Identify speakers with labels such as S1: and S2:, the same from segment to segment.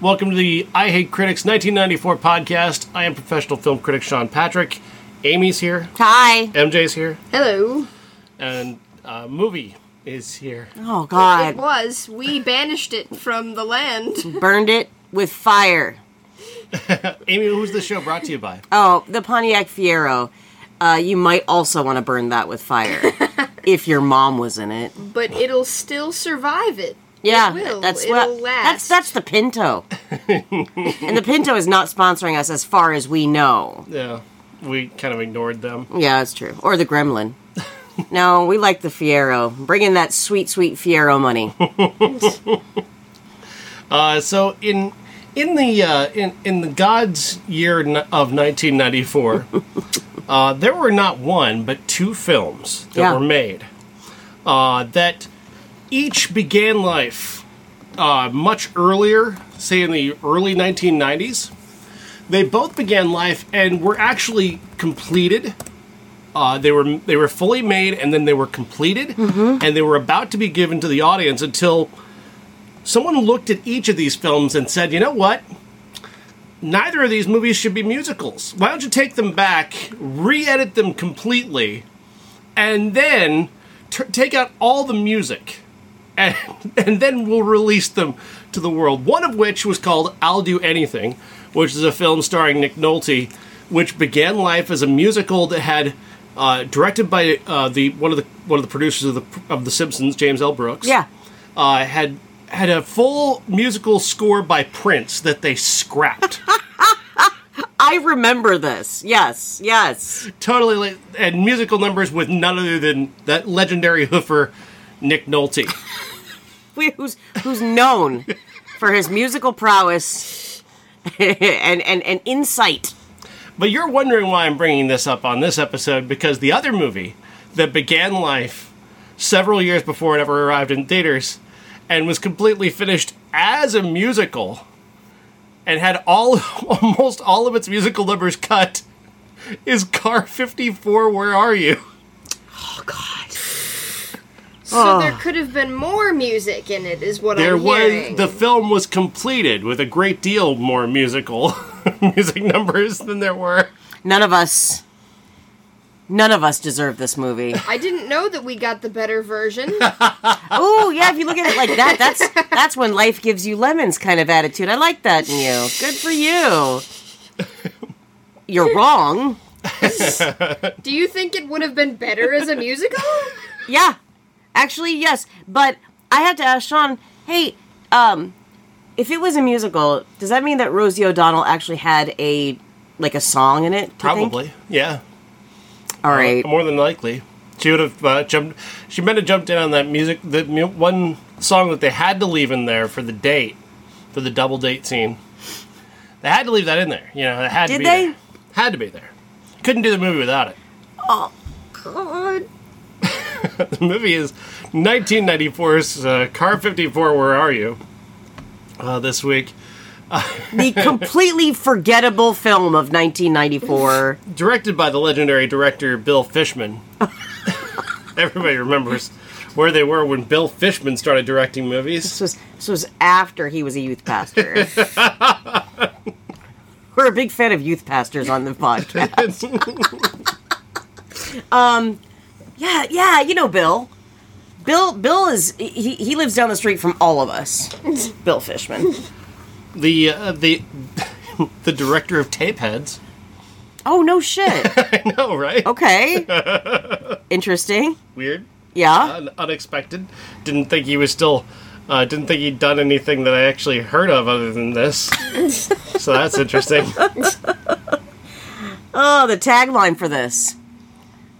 S1: Welcome to the I Hate Critics 1994 podcast. I am professional film critic Sean Patrick. Amy's here.
S2: Hi.
S1: MJ's here.
S3: Hello.
S1: And uh, movie is here.
S2: Oh
S3: It
S2: God!
S3: was. We banished it from the land.
S2: Burned it with fire.
S1: Amy, who's the show brought to you by?
S2: Oh, the Pontiac Fiero. Uh, you might also want to burn that with fire if your mom was in it.
S3: But it'll still survive it.
S2: Yeah,
S3: It will.
S2: that's
S3: It'll
S2: what. That's
S3: last.
S2: that's the Pinto, and the Pinto is not sponsoring us as far as we know.
S1: Yeah, we kind of ignored them.
S2: Yeah, that's true. Or the Gremlin. no, we like the Fiero. Bring in that sweet, sweet Fiero money.
S1: Uh, so in in the uh, in in the God's year n- of 1994, uh, there were not one but two films that
S2: Yeah.
S1: were made uh, that each began life uh, much earlier, say in the early 1990s. They both began life and were actually completed. Uh, they were they were fully made and then they were completed and they were about to be given to the audience until someone looked at each of these films and said, you know what? Neither of these movies should be musicals. Why don't you take them back, re edit them completely, and then t- take out all the music? And, and then we'll release them to the world. One of which was called I'll Do Anything, which is a film starring Nick Nolte, which began life as a musical that had. Uh, directed by uh, the one of the one of the producers of the of the Simpsons, James L. Brooks
S2: Yeah,
S1: uh, had had a full musical score by Prince that they scrapped.
S2: I remember this. Yes, yes.
S1: totally, like, and musical numbers with none other than that legendary hoofer, Nick Nolte.
S2: We- Who's who's known for his musical prowess and, and and insight.
S1: But you're wondering why I'm bringing this up on this episode because the other movie that began life several years before it ever arrived in theaters and was completely finished as a musical and had all almost all of its musical numbers cut is Car 54 Where Are You?
S3: So there could have been more music in it, is what
S1: Ah. There
S3: I'm
S1: was
S3: hearing.
S1: the film was completed with a great deal more musical music numbers than there were.
S2: None of us, none of us deserve this movie.
S3: I didn't know that we got the better version.
S2: oh yeah, if you look at it like that, that's that's when life gives you lemons kind of attitude. I like that in you. Good for you. You're wrong.
S3: Do you think it would have been better as a musical?
S2: Yeah, actually yes, but I had to ask Sean. Hey, um, if it was a musical, does that mean that Rosie O'Donnell actually had a like a song in it? do you think?
S1: Probably, yeah,
S2: All right.
S1: more than likely. She would have uh, jumped. She might have jumped in on that music, the mu- one song that they had to leave in there for the date, for the double date scene. They had to leave that in there. You know, it had to
S2: Did
S1: be
S2: they?
S1: there. Had to be there. Couldn't do the movie without it.
S3: God.
S1: The movie is 1994's uh, Car 54. Where are you? Uh, this week.
S2: the completely forgettable film of 1994.
S1: directed by the legendary director Bill Fishman. Everybody remembers where they were when Bill Fishman started directing
S2: This
S1: movies.
S2: was this was after he was a youth pastor. We're a big fan of youth pastors on the podcast. Um, Yeah, yeah, you know Bill. Bill Bill is he, he lives down the street from all of us. Bill Fishman.
S1: the uh, the the director of Tapeheads.
S2: Oh no shit.
S1: I know, right?
S2: Okay. Interesting.
S1: Weird,
S2: Yeah.
S1: un- unexpected. Didn't think he was still. Uh, didn't think he'd done anything that I actually heard of other than this. so that's interesting.
S2: Oh, the tagline for this.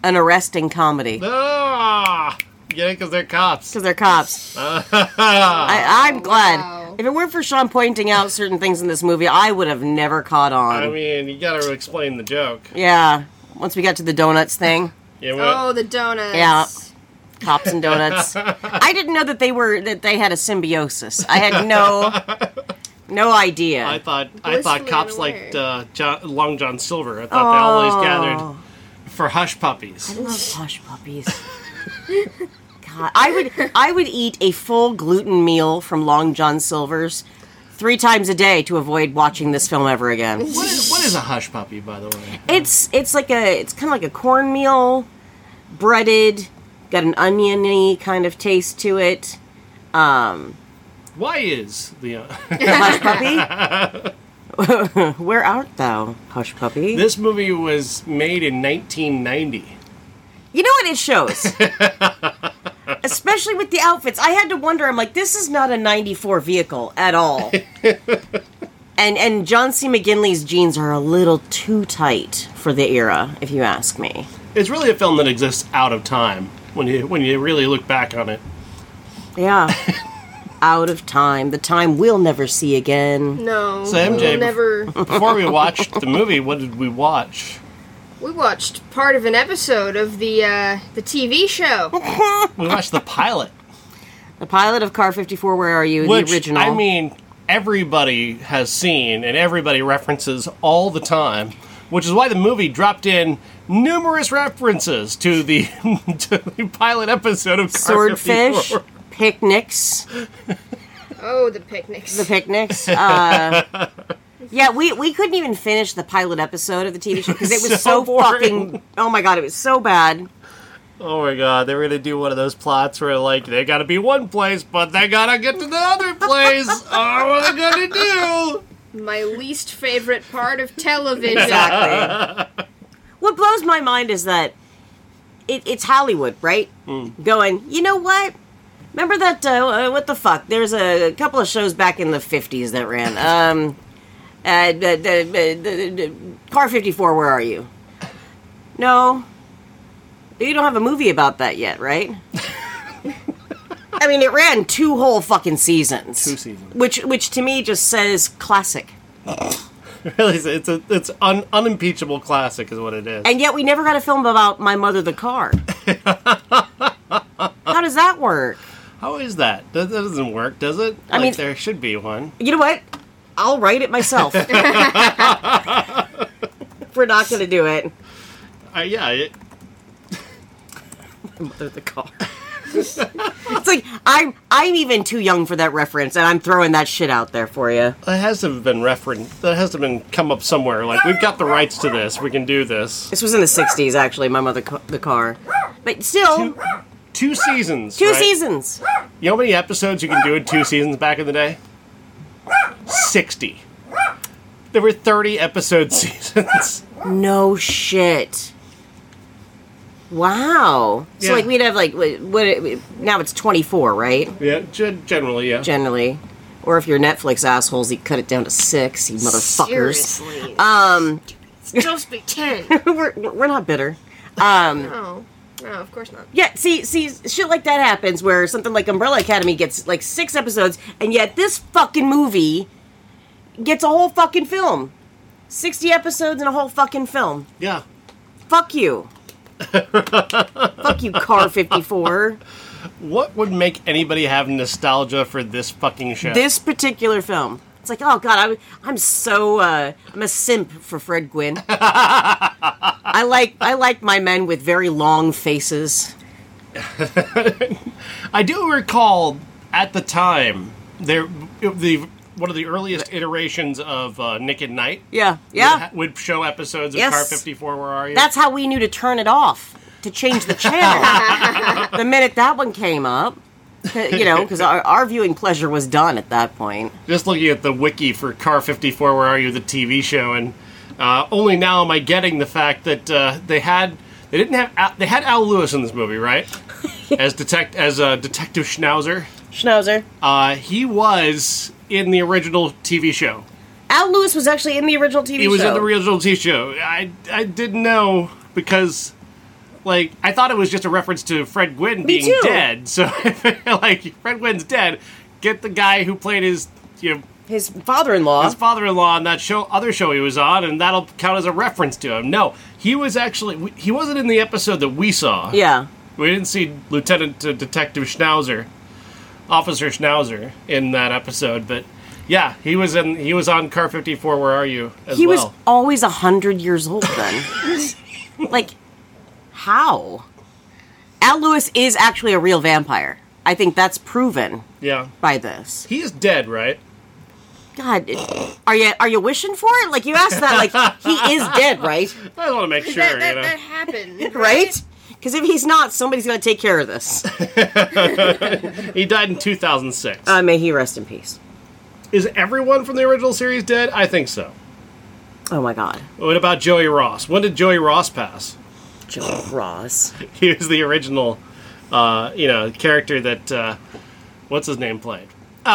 S2: An arresting comedy.
S1: ah, yeah, because they're cops.
S2: because they're cops. I, I'm glad.
S3: wow.
S2: If it weren't for Sean pointing out certain things in this movie, I would have never caught on.
S1: I mean, you gotta explain the joke.
S2: yeah. Once we got to the donuts thing,
S1: You know,
S3: Oh, the donuts.
S2: Yeah. cops and donuts. I didn't know that they were that they had a symbiosis. I had no no idea.
S1: I thought I thought
S3: Blissfully
S1: cops
S3: unaware.
S1: liked uh, John, Long John Silver. I thought they always gathered for hush puppies.
S2: love hush puppies. God, I would I would eat a full gluten meal from Long John Silver's three times a day to avoid watching this film ever again.
S1: What is, what is a hush puppy, by the way?
S2: It's it's like a it's kind of like a cornmeal, breaded, got an oniony kind of taste to it.
S1: Why is the uh,
S2: Hush puppy, where art thou, hush puppy?
S1: this movie was made in 1990?
S2: You know what? It shows. Especially with the outfits. I had to wonder, I'm like, this is not a 94 vehicle at all. and and John C. McGinley's jeans are a little too tight for the era, if you ask me.
S1: It's really a film that exists out of time when you when you really look back on it.
S2: Yeah. Out of time. The time we'll never see again.
S3: No.
S1: So MJ
S3: we'll never.
S1: Before we watched the movie, what did we watch?
S3: We watched part of an episode of the uh, the TV show.
S2: the
S1: We watched the pilot,
S2: pilot of Car 54, Where Are You?
S1: which
S2: the original.
S1: I mean, everybody has seen and everybody references all the time, which is why the movie dropped in numerous references to the to the pilot episode of Car
S2: Swordfish,
S1: 54.
S2: picnics.
S3: Oh, the picnics.
S2: the picnics. Uh, yeah, we, we couldn't even finish the pilot episode of the TV show because it was
S1: So
S2: so,
S1: boring.
S2: fucking. Oh my god, it was so bad.
S1: Oh my god, they were gonna do one of those plots where like they gotta be one place, but they gotta get to the other place. oh, what are they gonna do?
S3: My least favorite part of television.
S2: Exactly. what blows my mind is that it, it's Hollywood, right?
S1: Hmm.
S2: Going, you know what? Remember that? Uh, uh, what the fuck? There's a couple of shows back in the '50s that ran. Um, uh, the, the, the, the, the- Car 54, where are you? No, you don't have a movie about that yet, right? I mean, it ran two whole fucking seasons.
S1: Two seasons.
S2: Which, which to me just says classic.
S1: Really, it's- it's a, it's un, unimpeachable classic, is what it is.
S2: And yet we never got a film about my mother the car. How does that work?
S1: How is that? That, that doesn't work, does it? I
S2: mean-
S1: there should be one.
S2: You know what? I'll write it myself. We're not going to do it.
S1: Uh, yeah, it,
S2: Mother the car. it's like I'm I'm even too young for that reference and I'm throwing that shit out there for you.
S1: that has to have been referenced. That has to have been come up somewhere. Like we've got the rights to this. We can do this.
S2: This was in the 60s actually, my mother Ca- the car. But still,
S1: Two seasons.
S2: two
S1: right?
S2: seasons.
S1: You know how many episodes you can do in two seasons back in the day? Sixty. There were thirty episode seasons.
S2: No shit. Wow.
S1: Yeah.
S2: So like we'd have like what, what now it's 24, right?
S1: yeah, gen- generally, yeah.
S2: generally. Or if you're Netflix assholes, you cut it down to six, you motherfuckers.
S3: Seriously.
S2: Um,
S3: it's supposed to be ten.
S2: we're, we're not bitter.
S3: No. No, of course not.
S2: Yeah, see, see, shit like that happens where something like Umbrella Academy gets like six episodes, and yet this fucking movie gets a whole fucking film. 60 episodes and a whole fucking film.
S1: yeah.
S2: Fuck you. Fuck you, Car 54.
S1: What would make anybody have nostalgia for this fucking show?
S2: This particular film. It's like, oh god, I'm, I'm so uh, I'm a simp for Fred Gwynn. I like I like my men with very long faces.
S1: I do recall at the time there the one of the earliest iterations of uh, Nick at Night
S2: Yeah, yeah.
S1: ha- would show episodes of
S2: Yes.
S1: Car 54. Where are you?
S2: That's how we knew to turn it off to change the channel. the minute that one came up, you know, because our, our viewing pleasure was done at that point.
S1: just looking at the wiki for Car 54. Where are you? The TV show, and uh, only now am I getting the fact that uh, they had they didn't have Al, they had Al Lewis in this movie, right? as detect as uh, Detective Schnauzer,
S2: Schnauzer.
S1: uh, he was in the original TV show.
S2: Al Lewis was actually in the original TV
S1: It was
S2: show.
S1: in the original T show. I I didn't know because like I thought it was just a reference to Fred Gwynn being
S2: too.
S1: dead. So like Fred Gwynn's dead. Get the guy who played his you know,
S2: His father-in-law.
S1: his father-in-law on that show other show he was on and that'll count as a reference to him. No, he was actually he wasn't in the episode that we saw.
S2: yeah.
S1: We didn't see Lieutenant uh, Detective Schnauzer, Officer Schnauzer in that episode, but yeah, he was in he was on Car 54 Where Are You as
S2: He
S1: well.
S2: was always a hundred years old then. like, how? Al Lewis is actually a real vampire. I think that's proven
S1: yeah.
S2: by this.
S1: He is dead, right?
S2: God, it- are you are you wishing for it? Like you asked that, like he is dead, right?
S1: I want to make sure,
S3: that, that,
S1: you know.
S3: that happened,
S2: Right? Because if he's not, somebody's gonna take care of this.
S1: He died in 2006.
S2: Uh, may he rest in peace.
S1: Is everyone from the original series dead? I think so.
S2: Oh my God,
S1: What about Joey Ross? When did Joey Ross pass?
S2: Joe Ross.
S1: He was the original, uh, you know, character that uh, what's his name played.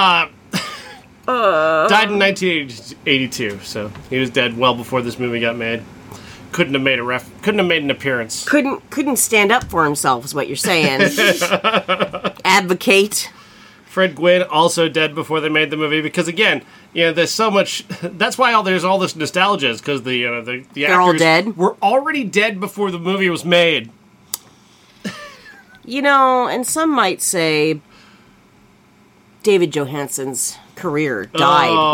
S1: Uh, died in 1982, so he was dead well before this movie got made. Couldn't have made a ref. Couldn't have made an appearance.
S2: Couldn't couldn't stand up for himself is what you're saying. Advocate.
S1: Fred Gwynn also dead before they made the movie because again, you know, there's so much. That's why all there's all this nostalgia is because the you know, the the
S2: They're all
S1: actors
S2: dead?
S1: were already dead before the movie was made.
S2: You know, and some might say David Johansen's career died
S1: Oh.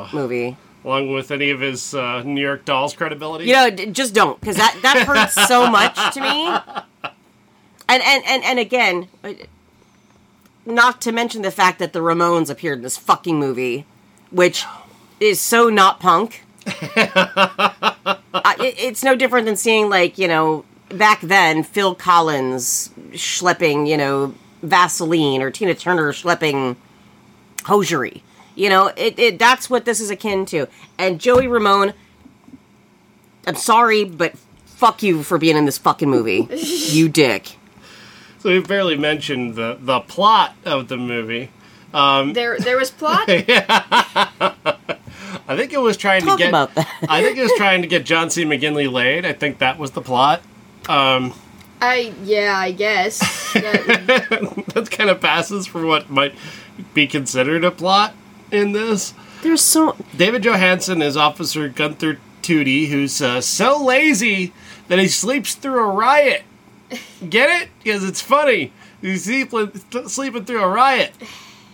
S2: with this movie.
S1: along with any of his uh, New York Dolls credibility.
S2: You know, d- just don't, because that that hurts so much to me. And and and and again, uh, not to mention the fact that the Ramones appeared in this fucking movie, which is so not punk. I it, it's no different than seeing like you know back then Phil Collins schlepping you know Vaseline or Tina Turner schlepping hosiery. You know, it, it that's what this is akin to. And Joey Ramone I'm sorry, but fuck you for being in this fucking movie. you dick.
S1: So we barely mentioned the, the plot of the movie.
S3: There, there was plot.
S1: I think it was trying
S2: Talk
S1: to get.
S2: about that.
S1: I think it was trying to get John C. McGinley laid. I think that was the plot.
S3: I yeah, I guess. That-
S1: That kind of passes for what might be considered a plot in this.
S2: There's so
S1: David Johansen is Officer Gunther Tootie, who's uh, so lazy that he sleeps through a riot. Get it? Because it's funny. He's sleeping sleeping through a riot.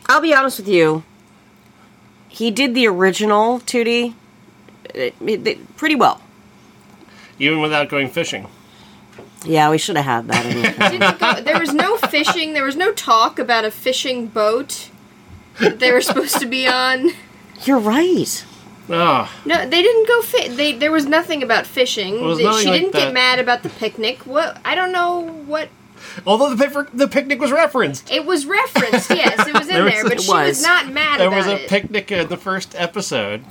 S2: I'll be honest with you. He did the original 2D uh, it- it- pretty well.
S1: even without going fishing.
S2: Yeah, we should have had that. In it.
S3: didn't go- there was no fishing. There was no talk about a fishing boat that they were supposed to be on.
S2: You're right.
S1: Ah,
S3: No, they didn't go fi- They there was nothing about fishing.
S1: was
S3: She
S1: nothing like
S3: didn't
S1: that.
S3: get mad about the picnic. What I don't know what
S1: although the pic- the picnic was referenced.
S3: it was referenced. Yes, it was in
S1: There was
S3: there,
S1: a-
S3: but
S1: It
S3: she was.
S2: was.
S3: not mad
S1: There
S3: about
S1: was a
S3: it.
S1: picnic in the first episode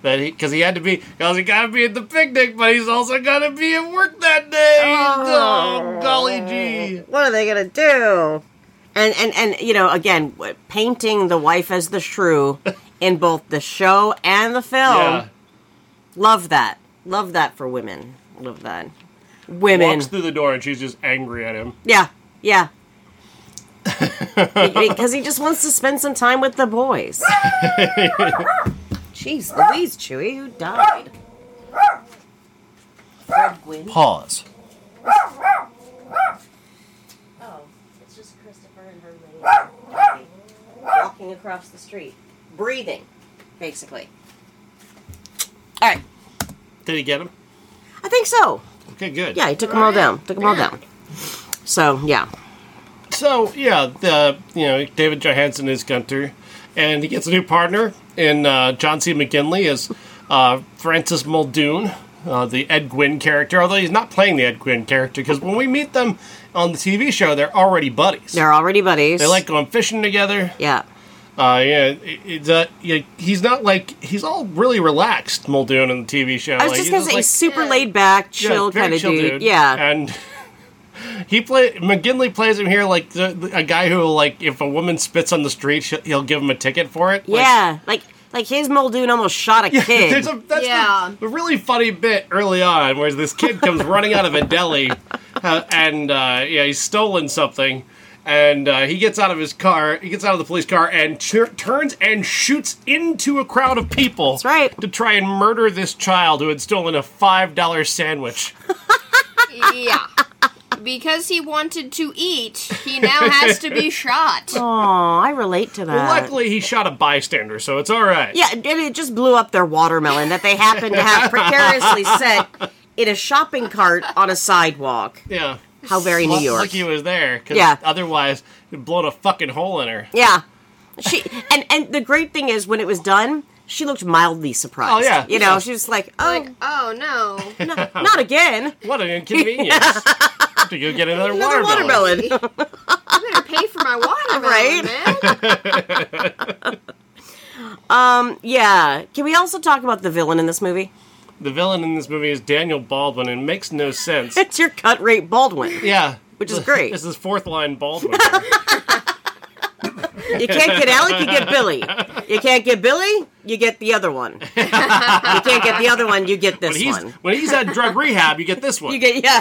S1: that he because he had to be because he got to be at the picnic, but he's also got to be at work that day. Oh, golly gee!
S2: What are they gonna do? And and and you know, again, w- painting the wife as the shrew in both the show and the film.
S1: Yeah,
S2: Love that. Love that for women. Love that. Women.
S1: walks through the door and she's just angry at him.
S2: Yeah, yeah. Be- because he just wants to spend some time with the boys. Jeez, Louise Chewy, who died? Fred Gwynn.
S1: Pause.
S2: Oh, it's just Christopher and her lady walking across the street, breathing, basically. All right,
S1: Did he get him?
S2: I think so.
S1: Okay, good.
S2: Yeah, he took them all down. Took them all down. So yeah,
S1: So yeah, the you know David Johansen is Gunter, and he gets a new partner in uh, John C. McGinley as uh, Francis Muldoon, uh, the Ed Gwynn character. Although he's not playing the Ed Gwynn character because when we meet them on the TV show, they're already buddies.
S2: they're already buddies.
S1: they like going fishing together.
S2: yeah.
S1: Uh, yeah, it, it's, uh, yeah, he's not like he's all really relaxed Muldoon in the TV show.
S2: I was
S1: Like, he's
S2: just gonna say, he's
S1: like-
S2: super
S3: yeah.
S2: laid back,
S1: yeah,
S2: chill
S1: very
S2: kind of
S1: chill
S2: dude. Yeah,
S1: and he play McGinley plays him here like the, the- a guy who like if a woman spits on the street, she- he'll give him a ticket for it. Like,
S2: yeah. Like like his Muldoon almost shot a kid.
S1: There's a, that's
S3: Yeah.
S1: the, the really funny bit early on, where this kid comes running out of a deli, uh, and uh, yeah, he's stolen something, and uh, he gets out of his car, he gets out of the police car, and tur turns and shoots into a crowd of people. That's
S2: right.
S1: To try and murder this child who had stolen a five dollar sandwich.
S3: yeah. Because he wanted to eat, he now has to be shot.
S2: Aw, I relate to that.
S1: Well, luckily, he shot a bystander, so it's all right.
S2: Uh, yeah, and it just blew up their watermelon that they happened to have precariously set in a shopping cart on a sidewalk.
S1: Yeah.
S2: How very New
S1: Lu-
S2: York.
S1: Lucky he was there, 'cause
S2: Yeah.
S1: otherwise, it'd blown a fucking hole in her.
S2: Yeah. she and and the great thing is when it was done, she looked mildly surprised.
S1: Oh, yeah.
S2: you know,
S1: Yeah.
S2: she was like, "Oh,
S3: Like, oh no.
S2: no, not again."
S1: What an inconvenience. Have to go get another,
S2: Another
S1: watermelon.
S2: watermelon.
S3: I better pay for my watermelon,
S2: Right?
S3: man.
S2: yeah. Can we also talk about the villain in this movie?
S1: The villain in this movie is Daniel Baldwin, and it makes no sense.
S2: It's your cut rate Baldwin.
S1: Yeah.
S2: Which is great.
S1: This is fourth line Baldwin.
S2: You can't get Alec, you get Billy. You can't get Billy, you get the other one. you can't get the other one, you get this
S1: When he's,
S2: one.
S1: when he's at drug rehab, you get this one.
S2: You get yeah.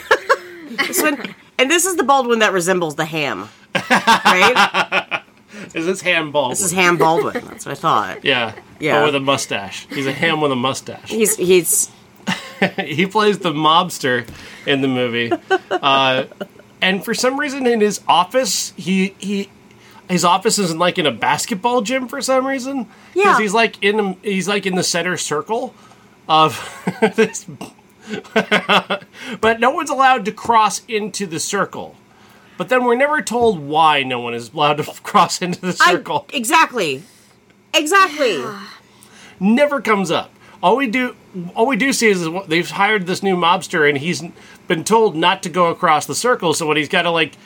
S2: this one, and this is the Baldwin that resembles the ham, right?
S1: is this ham Baldwin?
S2: This is Ham Baldwin. That's what I thought.
S1: Yeah.
S2: Yeah.
S1: Or with a mustache. He's a ham with a mustache.
S2: He's he's
S1: he plays the mobster in the movie. Uh, and for some reason in his office, he he his office isn't like in a basketball gym for some reason. 'Cause
S2: Yeah.
S1: He's like in a- he's like in the center circle of this but no one's allowed to cross into the circle. But then we're never told why no one is allowed to cross into the
S2: I-
S1: circle.
S2: exactly, exactly.
S1: never comes up. All we do, all we do see is what- they've hired this new mobster, and he's been told not to go across the circle. So when he's got to like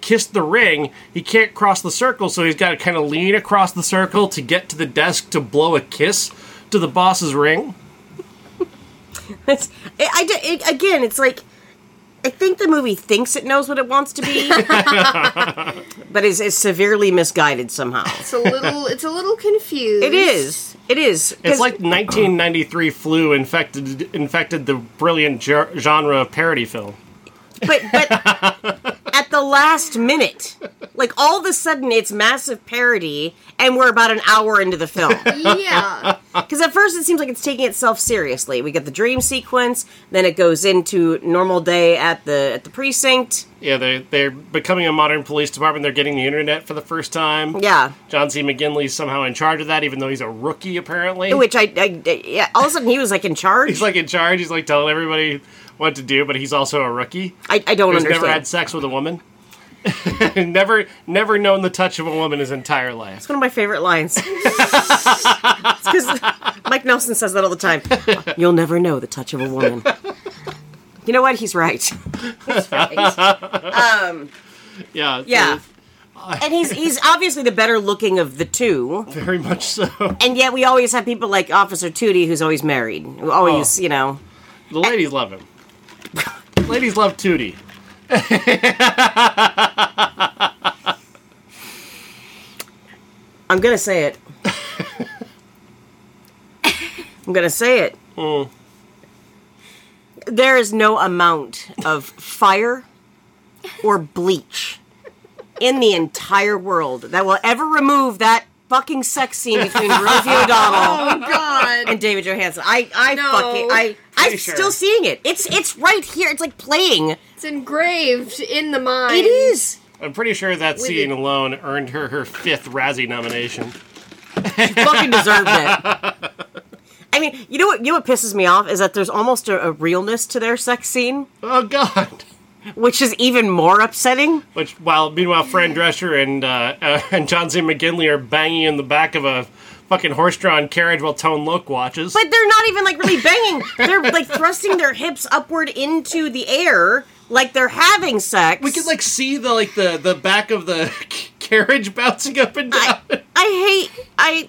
S1: kiss the ring, he can't cross the circle. So he's got to kind of lean across the circle to get to the desk to blow a kiss to the boss's ring.
S2: It's, it, I di- it, again, it's like I think the movie thinks it knows what it wants to be, but is is severely misguided somehow.
S3: It's a little it's a little confused.
S2: It is. It is. 'cause-
S1: It's like 1993 flu infected infected the brilliant ger- genre of parody film.
S2: but but at the last minute, like all of a sudden, it's massive parody, and we're about an hour into the film.
S3: Yeah.
S2: Because at first, it seems like it's taking itself seriously. We get the dream sequence, then it goes into normal day at the at the precinct.
S1: Yeah, they they're becoming a modern police department. They're getting the internet for the first time.
S2: Yeah.
S1: John C. McGinley's somehow in charge of that, even though he's a rookie apparently.
S2: Which I, I, I- yeah, all of a sudden he was like in charge.
S1: He's like in charge. He's like telling everybody what to do, but he's also a rookie.
S2: I, I don't
S1: He's
S2: understand.
S1: never had sex with a woman. never, never known the touch of a woman his entire life.
S2: It's one of my favorite lines. because Mike Nelson says that all the time. You'll never know the touch of a woman. You know what? He's right.
S1: Yeah, it's
S2: Yeah. And he's he's obviously the better looking of the two.
S1: very much so.
S2: And yet we always have people like Officer Tootie who's always married. who Always, you know.
S1: The ladies love him. ladies love Tootie.
S2: I'm gonna say it. I'm gonna say it. There is no amount of fire or bleach in the entire world that will ever remove that fucking sex scene between Rosie O'Donnell
S3: Oh god.
S2: and David Johansen. I, I
S3: No.
S2: fucking, I, I'm
S1: Pretty sure.
S2: still seeing it. It's, it's right here. It's like playing.
S3: It's engraved in the mind.
S2: It is.
S1: I'm pretty sure that
S3: With
S1: scene
S3: it-
S1: alone earned her her fifth Razzie nomination.
S2: fucking deserved it. I mean, you know what? You know what pisses me off is that there's almost a, a realness to their sex scene,
S1: Oh God!
S2: which is even more upsetting.
S1: Which, while meanwhile, Fran Drescher and uh, uh, and John C. McGinley are banging in the back of a fucking horse-drawn carriage while Tone Loc watches.
S2: But they're not even like really banging. They're like thrusting their hips upward into the air, like they're having sex.
S1: We can like see the like the the back of the carriage bouncing up and down.
S2: I hate. I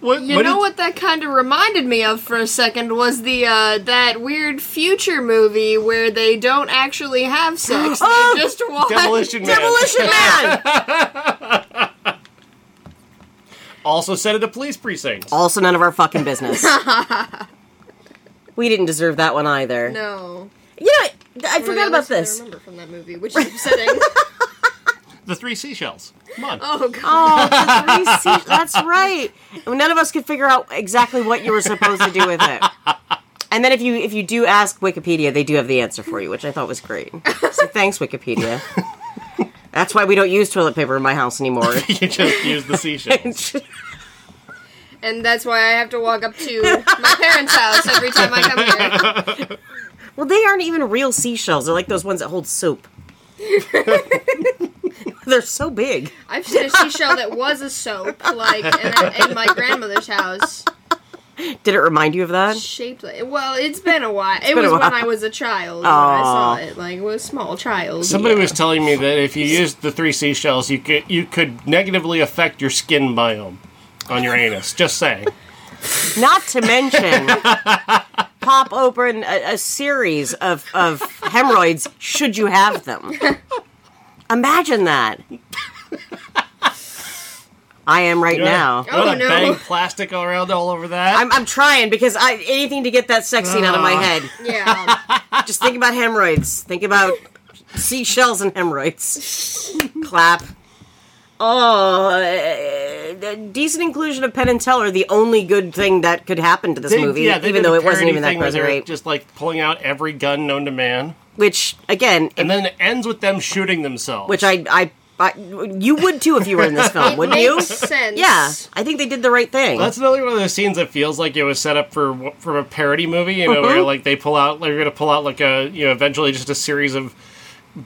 S1: What,
S3: You know what that kind of reminded me of for a second was the uh, that weird future movie where they don't actually have sex; they
S2: Oh!
S3: just watch.
S1: Demolition Man.
S2: demolition man.
S1: Also set at a police precinct.
S2: Also, none of our fucking business. we didn't deserve that one either.
S3: No,
S2: You know, what? I
S3: Or the
S2: forgot
S3: other
S2: about
S3: thing I
S2: this.
S3: remember from that movie, which is upsetting.
S1: The three seashells. Come on.
S3: oh god!
S2: Oh, the three seat. That's right. None of us could figure out exactly what you were supposed to do with it. And then if you if you do ask Wikipedia, they do have the answer for you, which I thought was great. So thanks, Wikipedia. That's why we don't use toilet paper in my house anymore.
S1: You just use the seashells.
S3: And that's why I have to walk up to my parents' house every time I come here.
S2: well, they aren't even real seashells. They're like those ones that hold soap. They're so big.
S3: I've seen a seashell that was a soap, like in, in my grandmother's house,
S2: Did it remind you of that?
S3: shaped like. Well, it's been a while. It
S2: been
S3: was
S2: a
S3: when
S2: while.
S3: I was a child when I saw
S2: Aw.
S3: it, like was a small child.
S1: Somebody was telling me that if you used the three seashells, you could you could negatively affect your skin biome on your anus. Just saying.
S2: Not to mention, pop open a, a series of, of hemorrhoids should you have them. Imagine that. I am right now.
S1: What
S3: Oh,
S1: a
S3: no.
S1: bang plastic all around all over that.
S2: I'm, I'm trying because I anything to get that sex scene out of my
S1: Ah.
S2: head.
S3: Yeah.
S2: Just think about hemorrhoids. Think about seashells and hemorrhoids. Clap. Oh, uh, the decent inclusion of Penn and Teller, the only good thing that could happen to this
S1: They-
S2: movie,
S1: yeah, they
S2: even
S1: did
S2: though
S1: a
S2: it wasn't
S1: parody
S2: even that
S1: thing where they
S2: present
S1: were
S2: rate.
S1: Just like pulling out every gun known to man,
S2: Which, again,
S1: and then it ends with them shooting themselves.
S2: which I, I, I, you would too if you were in this film, wouldn't you?
S3: Makes sense.
S2: Yeah, I think they did the right thing.
S1: That's another one of those scenes that feels like it was set up for from a parody movie. You know,
S2: Uh-huh.
S1: where like they pull out, like, they're going to pull out like a you know eventually just a series of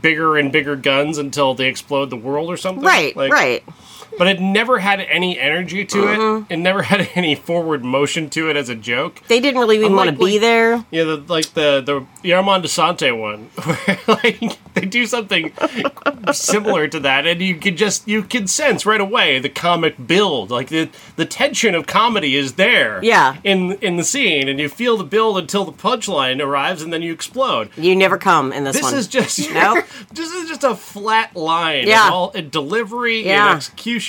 S1: bigger and bigger guns until they explode the world or something.
S2: right,
S1: Like,
S2: right. Uh-huh.
S1: But it never had any energy to it. It never had any forward motion to it as a joke.
S2: They didn't really even want to
S1: Unlike,
S2: be
S1: like-
S2: there.
S1: Yeah, the, like the the the Armand Desante one, where like they do something similar to that, and you can just you can sense right away the comic build, like the the tension of comedy is there.
S2: Yeah.
S1: in in the scene, and you feel the build until the punchline arrives, and then you explode.
S2: You never come in this,
S1: This
S2: one.
S1: is just
S2: Nope.
S1: this is just a flat line. in
S2: Yeah.
S1: all in delivery
S2: Yeah.
S1: and execution.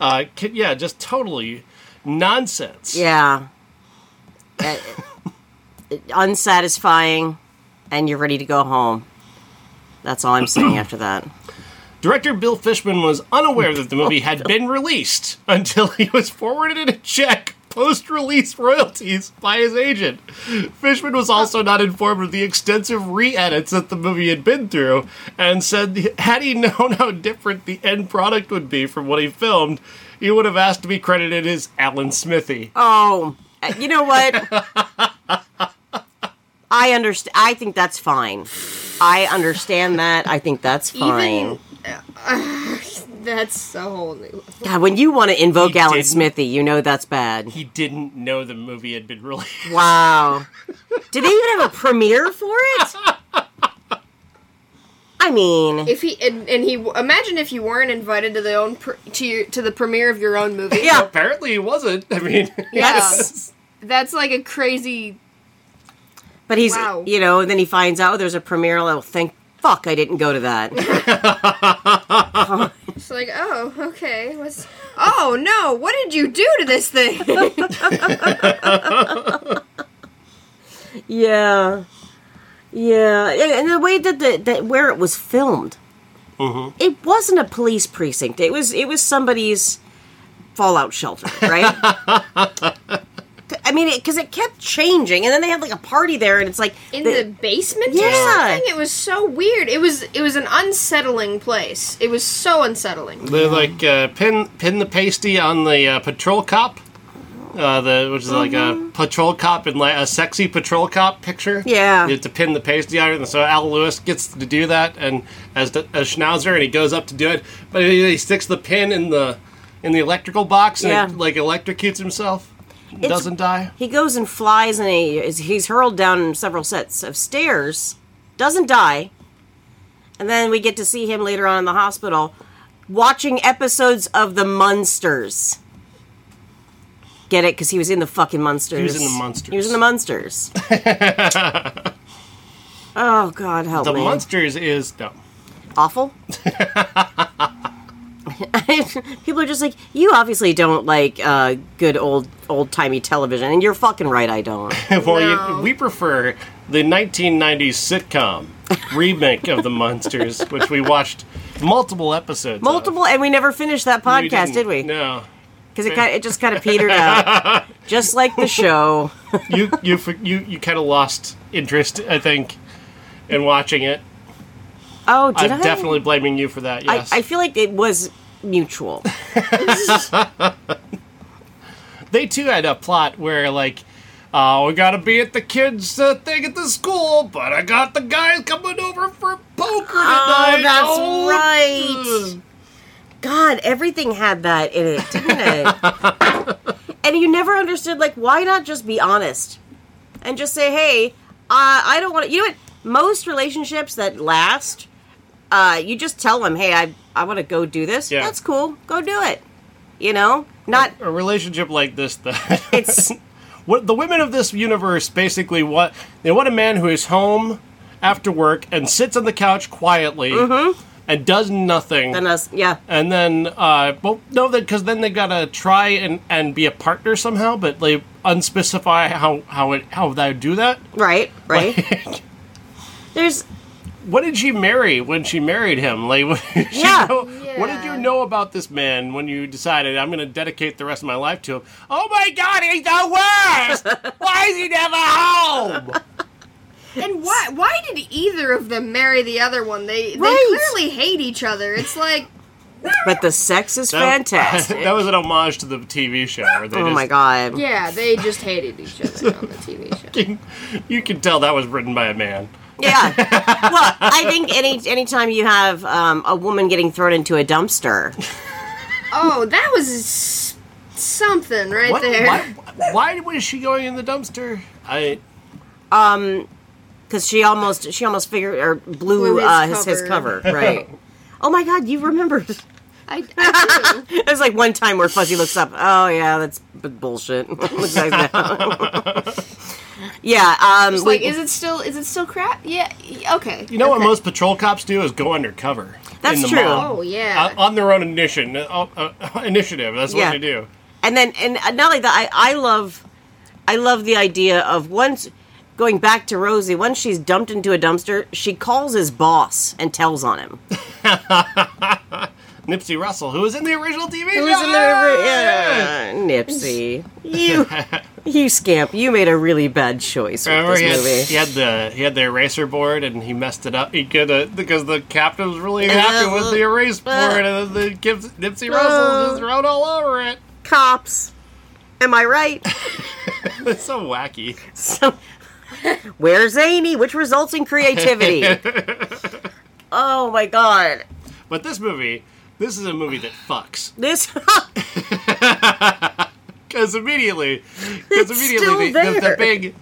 S1: Uh, ca- yeah, just totally nonsense.
S2: Yeah. Uh, unsatisfying, and you're ready to go home. That's all I'm saying after that.
S1: Director Bill Fishman was unaware that the movie had been released until he was forwarded a check post release royalties by his agent. Fishman was also not informed of the extensive re edits that the movie had been through and said had he known how different the end product would be from what he filmed, he would have asked to be credited as Alan Smithy.
S2: Oh, uh, you know what? I understand. I think that's fine. I understand that. I think that's fine.
S3: Even. that's a whole new.
S2: God, when you want to invoke
S1: He
S2: Alan
S1: didn't.
S2: Smithy, you know that's bad.
S1: He didn't know the movie had been released.
S2: Wow. Did they even have a premiere for it? I mean,
S3: If he and, and he imagine if you weren't invited to the own pr- to your, to the premiere of your own movie.
S2: yeah.
S1: Apparently, he wasn't. I mean,
S2: Yes.
S3: That's like a crazy.
S2: But he's,
S3: Wow.
S2: you know, and then he finds out there's a premiere. Oh, thank fuck, I didn't go to that.
S3: It's like, oh, okay. What's, oh no! What did you do to this thing?
S2: yeah, yeah, and and the way that the that where it was filmed, it wasn't a police precinct. It was it was somebody's fallout shelter, right? I mean, because it, kept changing, and then they had like a party there, and it's like
S3: in
S2: they-
S3: the basement
S2: Yeah.
S3: or something. It was so weird. It was it was an unsettling place. It was so unsettling.
S1: They like uh, pin pin the pasty on the uh, patrol cop, uh, the which is like
S2: Mm-hmm.
S1: a patrol cop and like a sexy patrol cop picture.
S2: Yeah.
S1: you have to pin the pasty on it, and so Al Lewis gets to do that, and as the, a schnauzer, and he goes up to do it, but he, he sticks the pin in the in the electrical box and
S2: Yeah.
S1: it, like electrocutes himself, doesn't die.
S2: He goes and flies, and he is, he's hurled down several sets of stairs, doesn't die, and then we get to see him later on in the hospital watching episodes of the Munsters. Get it? Because he was in the fucking Munsters.
S1: He was in the Munsters.
S2: He was in the Munsters. oh God, help
S1: The
S2: me!
S1: monsters is no.
S2: Awful. People are just like, you obviously don't like uh, good old old timey television, and you're fucking right. I don't.
S1: well,
S3: No.
S1: you, we prefer the 1990s sitcom remake of the monsters, which we watched multiple episodes. of.
S2: Multiple, and we never finished that
S1: We
S2: podcast,
S1: didn't.
S2: did we?
S1: No.
S2: Because it kind it just kind of petered out, just like the show.
S1: You you f- you you kind of lost interest, I think, in watching it.
S2: Oh, did
S1: I'm
S2: I?
S1: definitely blaming you for that.
S2: I,
S1: Yes.
S2: I feel like it was mutual.
S1: they too had a plot where like. Oh, we gotta be at the kids' uh, thing at the school, but I got the guys coming over for poker tonight.
S2: Oh, that's
S1: Oh,
S2: right. God, everything had that in it, didn't it? and you never understood, like, why not just be honest and just say, hey, uh, I don't want to. You know what? Most relationships that last, uh, you just tell them, hey, I, I want to go do this.
S1: Yeah.
S2: That's cool. Go do it. You know? Not,
S1: A relationship like this, that
S2: it's.
S1: what the women of this universe basically want they want a man who is home after work and sits on the couch quietly and does nothing
S2: and us, yeah.
S1: and then uh well no because then they gotta try and and be a partner somehow but they unspecify how how it how they do that
S2: Right, right. There's.
S1: what did she marry when she married him like what did she
S2: Yeah.
S1: know- what did
S3: Yeah.
S1: you know about this man when you decided i'm gonna dedicate the rest of my life to him oh my god he's the worst why is he never home
S3: And why why did either of them marry the other one? They
S2: Right.
S3: they clearly hate each other. It's like
S2: But the sex is fantastic.
S1: that was an homage to the TV show. Where they
S2: oh
S1: just,
S2: my God.
S3: yeah, they just hated each other on the TV show.
S1: You can tell that was written by a man.
S2: Yeah. Well, I think any anytime you have um, a woman getting thrown into a dumpster,
S3: Oh, that was s- something right
S1: What,
S3: there.
S1: Why, why was she going in the dumpster? I
S2: because she almost she almost figured or blew,
S3: Blew his
S2: uh, his, his
S3: cover.
S2: cover, right? oh my God, you remembered?
S3: I, I do.
S2: It was like one time where Fuzzy looks up. Oh yeah, that's b- bullshit. Looks like that. yeah. Um.
S3: It's like,
S2: we-
S3: is it still is it still crap? Yeah. y- Okay.
S1: you know what
S3: Okay.
S1: most patrol cops do is go undercover.
S2: That's
S1: in the
S2: true.
S1: mob.
S3: Oh yeah.
S1: Uh, on their own initiative. Uh, uh, initiative. That's what
S2: Yeah.
S1: they do.
S2: and then and uh, not like that I, I love i love the idea of once going back to rosie once she's dumped into a dumpster she calls his boss and tells on him
S1: Nipsey Russell, who was in the original TV show.
S2: Who is in there? yeah, nipsey you you scamp you made a really bad choice with
S1: Remember,
S2: this
S1: he had, he
S2: movie
S1: had the he had the eraser board and he messed it up. He could uh, because the captain was really happy with the erase
S2: Uh,
S1: board, and then the gives Nipsey Russell just wrote all over it.
S2: cops am i right
S1: It's so wacky.
S2: So, where's amy which results in creativity oh my god
S1: But this movie, this is a movie that fucks
S2: this
S1: because immediately, because
S2: still
S1: immediately the, the, the
S2: there.
S1: big,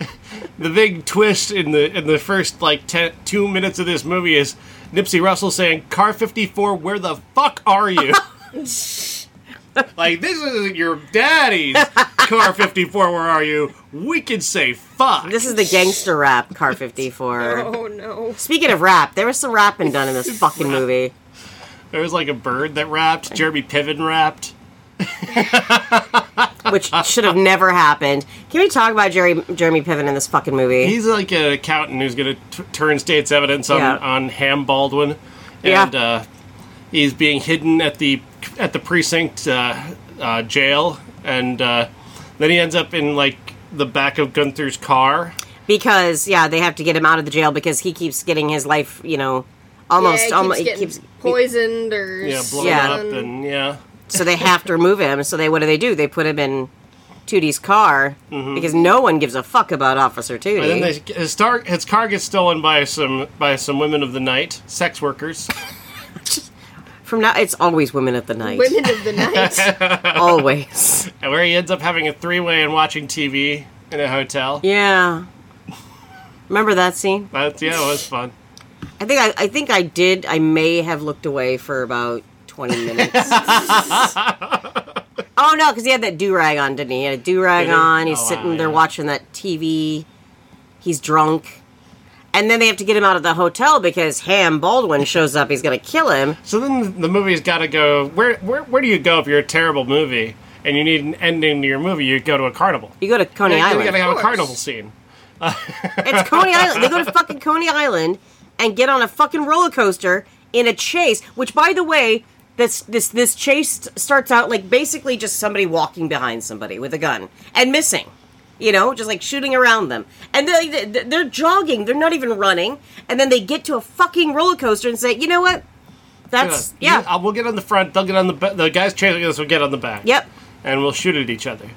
S1: the big twist in the in the first like ten, two minutes of this movie is Nipsey Russell saying, "Car fifty four, where the fuck are you?" like this isn't your daddy's car fifty four. Where are you? We can say fuck.
S2: this is the gangster rap car 54
S3: oh no.
S2: Speaking of rap, there was some rapping done in this fucking movie.
S1: there was like a bird that rapped. Jeremy Piven rapped.
S2: Which should have never happened. Can we talk about Jerry, Jeremy Piven in this fucking movie?
S1: He's like an accountant who's going to turn state's evidence on,
S2: Yeah.
S1: on Ham Baldwin,
S2: Yeah.
S1: and uh, he's being hidden at the at the precinct uh, uh, jail, and uh, then he ends up in like the back of Gunther's car.
S2: because yeah, they have to get him out of the jail because he keeps getting his life, you know, almost
S3: yeah,
S2: almost
S3: he keeps, getting poisoned or
S1: Yeah, blown
S2: Yeah.
S1: up and yeah,
S2: so they have to remove him. So they what do they do? They put him in Tootie's car because no one gives a fuck about Officer
S1: and Mm-hmm. then they,
S2: Tootie.
S1: his, star, his car gets stolen by some by some women of the night, sex workers.
S2: From now, it's always women at the night.
S3: women of the night.
S2: always.
S1: And where he ends up having a three way and watching TV in a hotel.
S2: Yeah. Remember that scene?
S1: That's yeah, it was fun.
S2: I think I, I think I did. I may have looked away for about twenty minutes. oh no, because he had that do rag on, didn't he? He had a do rag
S1: Did he?
S2: on. He's
S1: Oh,
S2: sitting
S1: wow,
S2: there
S1: yeah.
S2: watching that TV. He's drunk, and then they have to get him out of the hotel because Ham Baldwin shows up. He's gonna kill him.
S1: So then the movie's got to go. Where, where where do you go if you're a terrible movie and you need an ending to your movie? You go to a carnival.
S2: You go to Coney
S1: you
S2: Island.
S1: gotta have a
S3: course.
S1: carnival scene.
S2: It's Coney Island. They go to fucking Coney Island and get on a fucking roller coaster in a chase. Which, by the way, this this this chase starts out like basically just somebody walking behind somebody with a gun and missing. You know, just like shooting around them, and they they- they're jogging. They're not even running, and then they get to a fucking roller coaster and say, "You know what? That's
S1: Yeah,
S2: yeah,
S1: You- uh, we'll get on the front. They'll get on the ba- the guys chasing us. will get on the back.
S2: yep."
S1: and we'll shoot at each other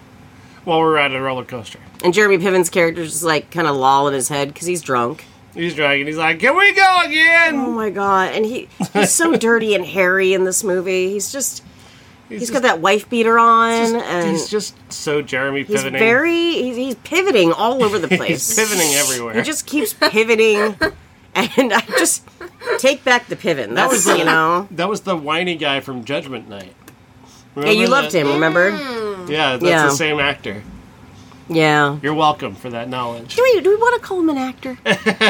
S1: while we're riding a roller coaster.
S2: And Jeremy Piven's character's just like kind of lolling his head because he's drunk.
S1: He's dragging. He's like, "Can we go again?"
S2: Oh my god! And he he's so dirty and hairy in this movie. He's just he's got that wife beater on,
S1: Just,
S2: and
S1: he's just so Jeremy
S2: he's
S1: pivoting.
S2: very he's, he's pivoting all over the place.
S1: He's pivoting
S2: He
S1: everywhere.
S2: just keeps pivoting, and I just take back the pivot. That's
S1: was the-
S2: you know.
S1: that was the whiny guy from Judgment Night.
S2: Yeah, you
S1: Remember
S2: loved
S1: that?
S2: him, remember?
S1: Yeah, that's
S2: Yeah.
S1: the same actor.
S2: Yeah.
S1: You're welcome for that knowledge.
S2: Do we do we want to call him an actor?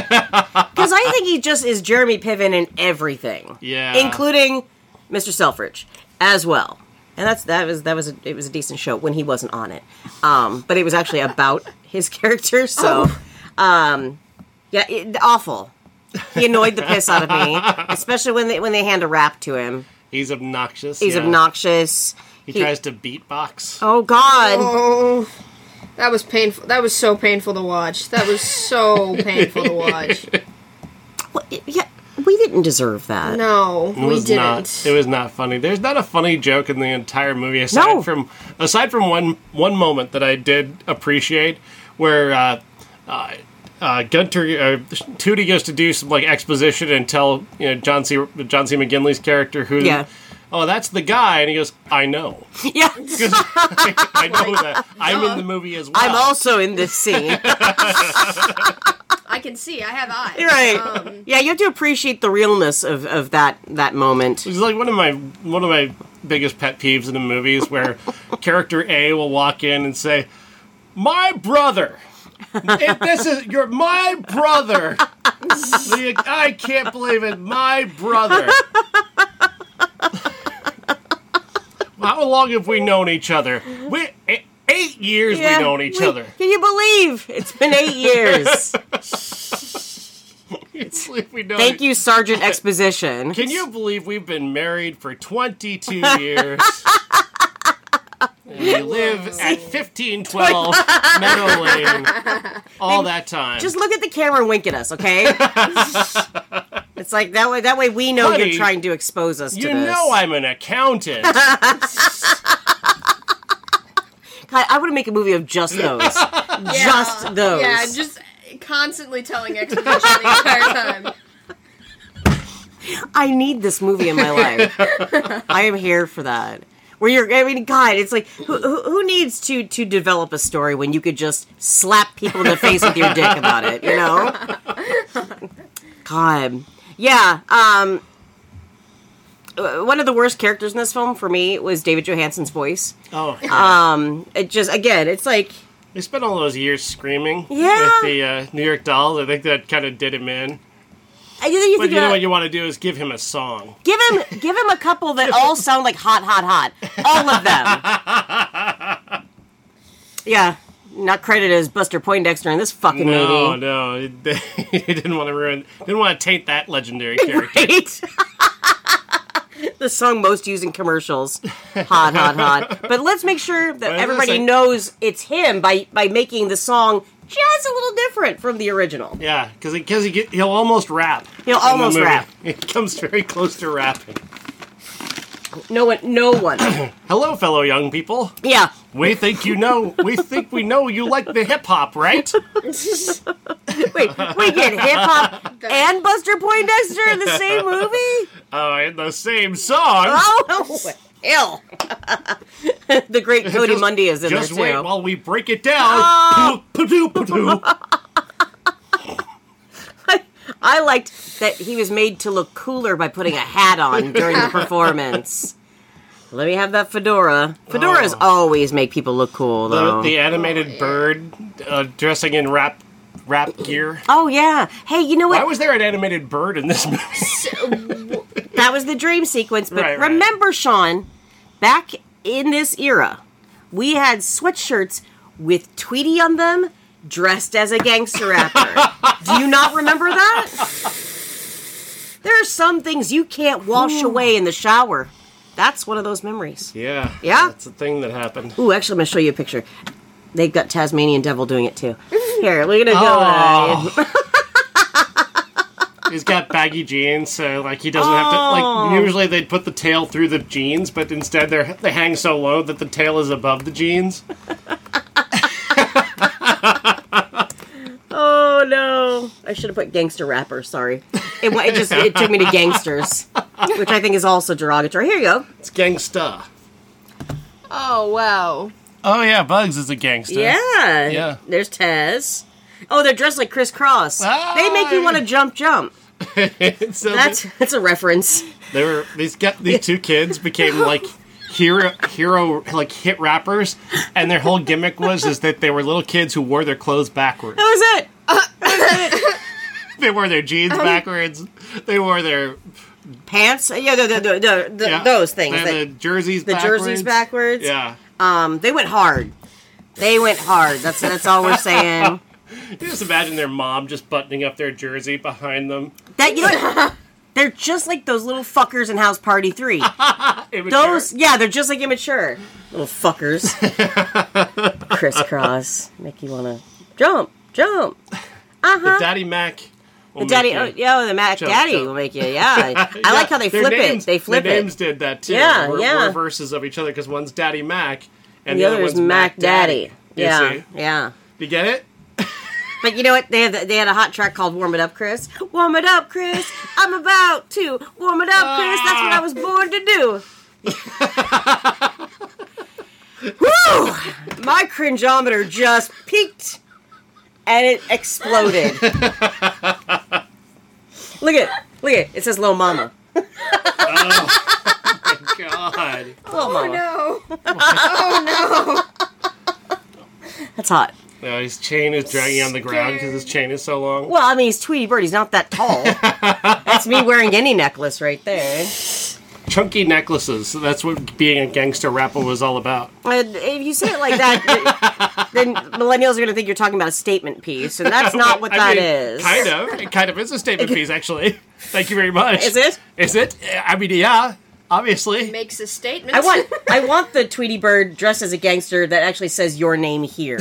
S2: Because I think he just is Jeremy Piven in everything.
S1: Yeah.
S2: including Mr. Selfridge as well. And that's that was that was a, it was a decent show when he wasn't on it, um, but it was actually about his character. So,
S3: Oh.
S2: um, yeah, it, awful. He annoyed the piss out of me, especially when they when they hand a rap to him.
S1: He's obnoxious.
S2: He's
S1: yeah.
S2: obnoxious.
S1: He, tries to beatbox.
S2: Oh God!
S3: Oh, that was painful. That was so painful to watch. That was so painful to watch.
S2: What- yeah, we didn't deserve that.
S3: No,
S1: It
S3: we
S1: was
S3: didn't.
S1: Not, it was not funny. There's not a funny joke in the entire movie aside
S2: No.
S1: from aside from one one moment that I did appreciate where uh, uh, uh, Gunter uh, Tootie goes to do some like exposition and tell you know John C. John C. McGinley's character who.
S2: Yeah.
S1: Oh, that's the guy, and he goes, "I know,
S2: Yeah,
S1: 'Cause I know that I'm in the movie as well."
S2: I'm also in this scene.
S3: I can see. I have eyes. Um,
S2: right? yeah, you have to appreciate the realness of, of that that moment.
S1: It's like one of my one of my biggest pet peeves in the movies where character A will walk in and say, "My brother." if this is your my brother, The- I can't believe it. My brother. How long have we known each other? We e- eight years
S2: Yeah,
S1: we known each
S2: we-
S1: other.
S2: Can you believe it's been eight years?
S1: It's like we know
S2: Thank you, Sergeant Exposition.
S1: Can you believe we've been married for 22 years? And we live at 1512 Meadow Lane all that time.
S2: just look at the camera and wink at us, okay? it's like that way. That way we know
S1: Honey,
S2: you're trying to expose us.
S1: you
S2: to this.
S1: know I'm an accountant.
S2: God, I want to make a movie of just those, just those.
S3: Yeah, just constantly telling exposition the entire time.
S2: I need this movie in my life. I am here for that. Where you're, I mean, God, it's like who, who, who needs to to develop a story when you could just slap people in the face with your dick about it, you know? God, yeah. Um, uh, one of the worst characters in this film for me was David Johansen's voice.
S1: Oh,
S2: Um, it just again, it's like
S1: they spent all those years screaming
S2: Yeah.
S1: with the uh, New York Dolls. I think that kind of did him in.
S2: I think you
S1: But
S2: think
S1: you know
S2: about-
S1: what you want to do is give him a song.
S2: Give him give him a couple that all sound like hot, hot, hot. All of them. Yeah. Not credited as Buster Poindexter in this fucking
S1: No,
S2: movie.
S1: no, he didn't want to ruin, didn't want to taint that legendary character.
S2: Right? the song most used in commercials. Hot, hot, hot. But let's make sure that
S1: was
S2: everybody
S1: gonna say-
S2: knows it's him by by making the song just a little different from the original.
S1: Yeah, because because he, get- he'll almost rap.
S2: He'll
S1: in the
S2: almost
S1: movie.
S2: rap.
S1: He comes very close to rapping.
S2: No one no one.
S1: Hello, fellow young people.
S2: Yeah.
S1: We think you know. We think we know you like the hip hop, right?
S2: Wait, we get hip hop and Buster Poindexter in the same movie?
S1: Uh, in the same song.
S2: Oh, ill. the great Cody
S1: Just-
S2: Mundy is in
S1: Just
S2: there
S1: wait
S2: too.
S1: while we break it down.
S2: Oh.
S1: Padoo, padoo, padoo.
S2: I liked that he was made to look cooler by putting a hat on during the performance. Let me have that fedora. Fedoras
S1: Oh.
S2: always make people look cool,
S1: The,
S2: though.
S1: the animated bird uh, dressing in rap rap gear.
S2: oh yeah. Hey, you know
S1: Why
S2: what?
S1: was there an animated bird in this movie?
S2: that was the dream sequence. But
S1: Right, right.
S2: remember, Sean, back in this era, we had sweatshirts with Tweety on them, dressed as a gangster rapper. Do you not remember that? There are some things you can't wash away in the shower. That's one of those memories.
S1: Yeah.
S2: Yeah?
S1: That's the thing that happened.
S2: Ooh, actually, I'm going to show you a picture. They've got Tasmanian Devil doing it too. Here, look at it go.
S1: Oh. He's got baggy jeans, so like he doesn't have
S2: Oh.
S1: to. Like usually they'd put the tail through the jeans, but instead they are they hang so low that the tail is above the jeans.
S2: Oh no! I should have put gangster rapper. Sorry, it, wa- it just it took me to gangsters, which I think is also derogatory. Here you go.
S1: It's gangsta.
S3: Oh wow.
S1: Oh yeah, Bugs is a gangster.
S2: Yeah.
S1: Yeah.
S2: There's Tez. Oh, they're dressed like crisscross.
S1: Ah,
S2: They make you
S1: Hi.
S2: want to jump, jump.
S1: so
S2: That's that's a reference.
S1: they were these got these two kids became like hero hero like hit rappers, and their whole gimmick was is that they were little kids who wore their clothes backwards.
S2: That was it.
S1: They wore their jeans
S2: Um,
S1: backwards. They wore their
S2: Pants. Yeah, the, the, the, the, the-
S1: yeah,
S2: those things.
S1: and the
S2: The,
S1: jerseys.
S2: the
S1: backwards.
S2: jerseys backwards.
S1: Yeah.
S2: Um, they went hard. They went hard. That's that's all we're saying.
S1: You just imagine their mom just buttoning up their jersey behind them.
S2: That you know, what? they're just like those little fuckers in House Party Three.
S1: Immature.
S2: Those, yeah, they're just like immature little fuckers. Crisscross, make you want to jump, jump.
S1: the Daddy Mac. will
S2: uh-huh. The daddy,
S1: make
S2: oh,
S1: you-
S2: yeah, oh, the Mac
S1: Jump,
S2: Daddy
S1: jump.
S2: will make you. Yeah, I like how they
S1: Their
S2: flip
S1: names-
S2: it. They flip
S1: their
S2: it.
S1: names did that too.
S2: Yeah,
S1: We're-
S2: yeah.
S1: we're verses of each other because one's Daddy Mac and
S2: the other is
S1: one's
S2: Mac Daddy.
S1: You
S2: Yeah,
S1: see?
S2: yeah.
S1: You get it?
S2: But you know what? They had they had a hot track called "Warm It Up, Chris." Warm it up, Chris. I'm about to warm it up, Chris. That's what I was born to do. Woo! My cringeometer just peaked, and it exploded. look at look at it says "Little Mama."
S1: God.
S2: Little Oh, Mama.
S3: Oh, No.
S2: That's hot.
S1: No, his chain is dragging on the ground because his chain is so long.
S2: Well, I mean, he's Tweety Bird. He's not that tall. That's me wearing any necklace right there.
S1: Chunky necklaces. so That's what being a gangster rapper was all about.
S2: And if you say it like that, then millennials are going to think you're talking about a statement piece, and that's not what
S1: I
S2: that
S1: mean,
S2: is.
S1: Kind of. It kind of is a statement piece, actually. Thank you very much.
S2: Is it?
S1: Is it? I mean, yeah. Obviously.
S3: Makes a statement.
S2: I want, I want the Tweety Bird dressed as a gangster that actually says your name here,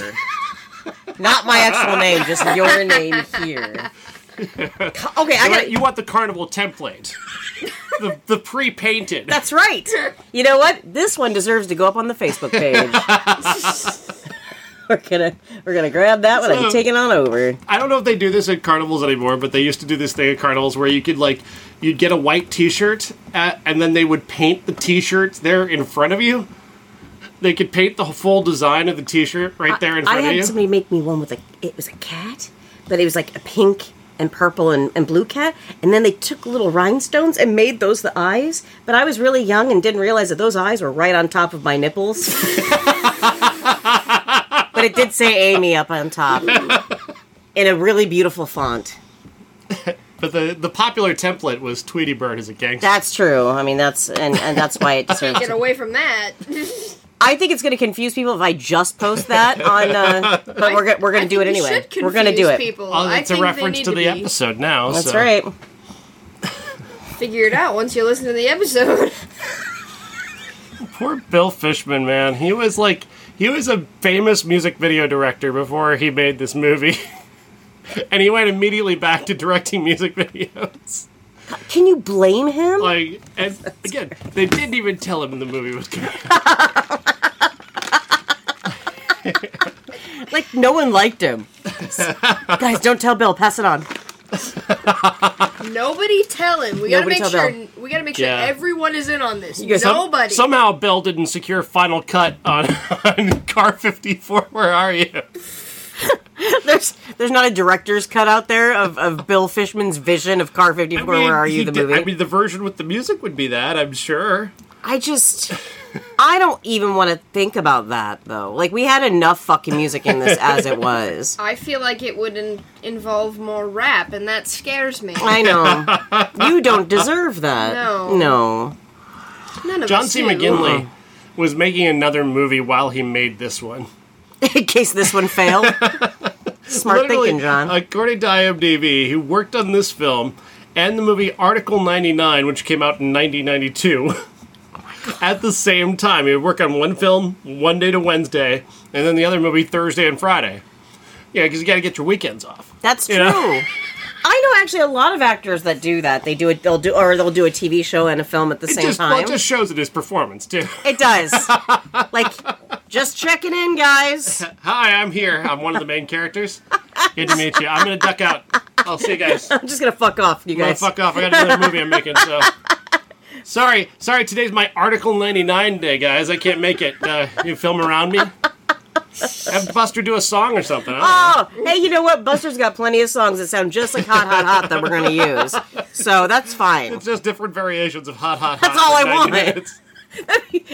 S2: not my actual name, just your name here. Co- Okay, I got.
S1: You want the carnival template. the the pre-painted.
S2: That's right. You know what? This one deserves to go up on the Facebook page. we're gonna, we're gonna grab that one
S1: So-
S2: and take it on over.
S1: I don't know if they do this at carnivals anymore, but they used to do this thing at carnivals where you could like you'd get a white T-shirt uh and then they would paint the T-shirt there in front of you. They could paint the full design of the T-shirt right there in
S2: I
S1: front of
S2: had
S1: you.
S2: somebody make me one with a. It was a cat, but it was like a pink and purple and, and blue cat. And then they took little rhinestones and made those the eyes. But I was really young and didn't realize that those eyes were right on top of my nipples. but it did say Amy up on top in a really beautiful font.
S1: But the the popular template was Tweety Bird as a gangster.
S2: That's true. I mean, that's and, and that's why it deserves.
S3: Get away from that.
S2: I think it's going to confuse people if I just post that on. Uh, but we're go- we're going to do it anyway. We're going to do it.
S3: People.
S1: Oh,
S3: I
S1: that's a
S3: think they
S1: reference
S3: need
S1: to the
S3: be-
S1: episode now.
S2: That's
S1: so.
S2: right.
S3: Figure it out once you listen to the episode.
S1: Poor Bill Fishman, man. He was like he was a famous music video director before he made this movie. and he went immediately back to directing music videos.
S2: Can you blame him?
S1: Like, and again, they didn't even tell him the movie was coming.
S2: Like no one liked him. Guys, don't tell Bill. Pass it on.
S3: Nobody tell him. We gotta
S2: Nobody tell
S3: make sure.
S2: Bill.
S3: We gotta make sure
S1: Yeah.
S3: everyone is in on this.
S2: guys-
S1: Some-
S3: Nobody.
S1: somehow Bill didn't secure final cut on, on Car 54. Where are you?
S2: There's there's not a director's cut out there of, of Bill Fishman's vision of Car 54. Where are you?
S1: he
S2: The
S1: did-
S2: movie.
S1: I mean, the version with the music would be that, I'm sure.
S2: I just I don't even want to think about that though. Like we had enough fucking music in this as it was.
S3: I feel like it would in- involve more rap, and that scares me.
S2: I know you don't deserve that.
S3: No.
S2: No.
S3: None of
S1: John
S3: us
S1: C.
S3: do.
S1: McGinley was making another movie while he made this one.
S2: in case this one failed. Smart thinking, John.
S1: According to IMDb, he worked on this film and the movie Article 99, which came out in 1992. At the same time, he would work on one film one day to Wednesday, and then the other movie Thursday and Friday. Yeah, because you got to get your weekends off.
S2: That's true.
S1: You know?
S2: I know actually a lot of actors that do that. They do it. They'll do or they'll do a TV show and a film at the
S1: It
S2: same
S1: just, well,
S2: time.
S1: it just shows in his performance too.
S2: It does. like, just checking in, guys.
S1: Hi, I'm here. I'm one of the main characters. Good to meet you. I'm gonna duck out. I'll see you guys.
S2: I'm just gonna fuck off, you
S1: I'm gonna
S2: guys.
S1: fuck off. I got another movie I'm making. So sorry, sorry. Today's my Article 99 day, guys. I can't make it. Uh, you film around me. Have Buster do a song or something. I don't know.
S2: Oh, hey, you know what? Buster's got plenty of songs that sound just like Hot Hot Hot that we're gonna use. So that's fine.
S1: It's just different variations of hot, hot, hot.
S2: That's all I
S1: in 90
S2: want.
S1: minutes.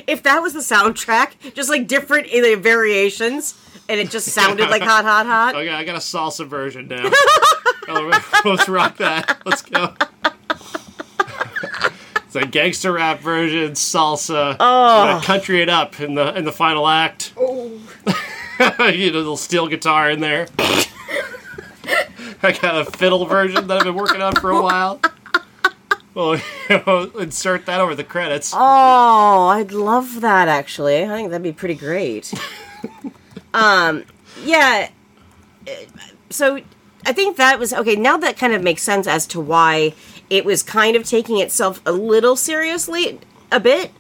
S2: If that was the soundtrack, just like different uh, variations, and it just sounded like Hot Hot Hot.
S1: Okay, I got a salsa version now. Oh, Let's rock that. Let's go. It's a gangster rap version, salsa. Oh. Country it up in the in the final act.
S3: Oh.
S1: you know, little steel guitar in there. I got a fiddle version that I've been working on for a while. Well, insert that over the credits.
S2: Oh, I'd love that actually. I think that'd be pretty great. um, yeah. uh, So I think that was okay. Now that kind of makes sense as to why it was kind of taking itself a little seriously, a bit.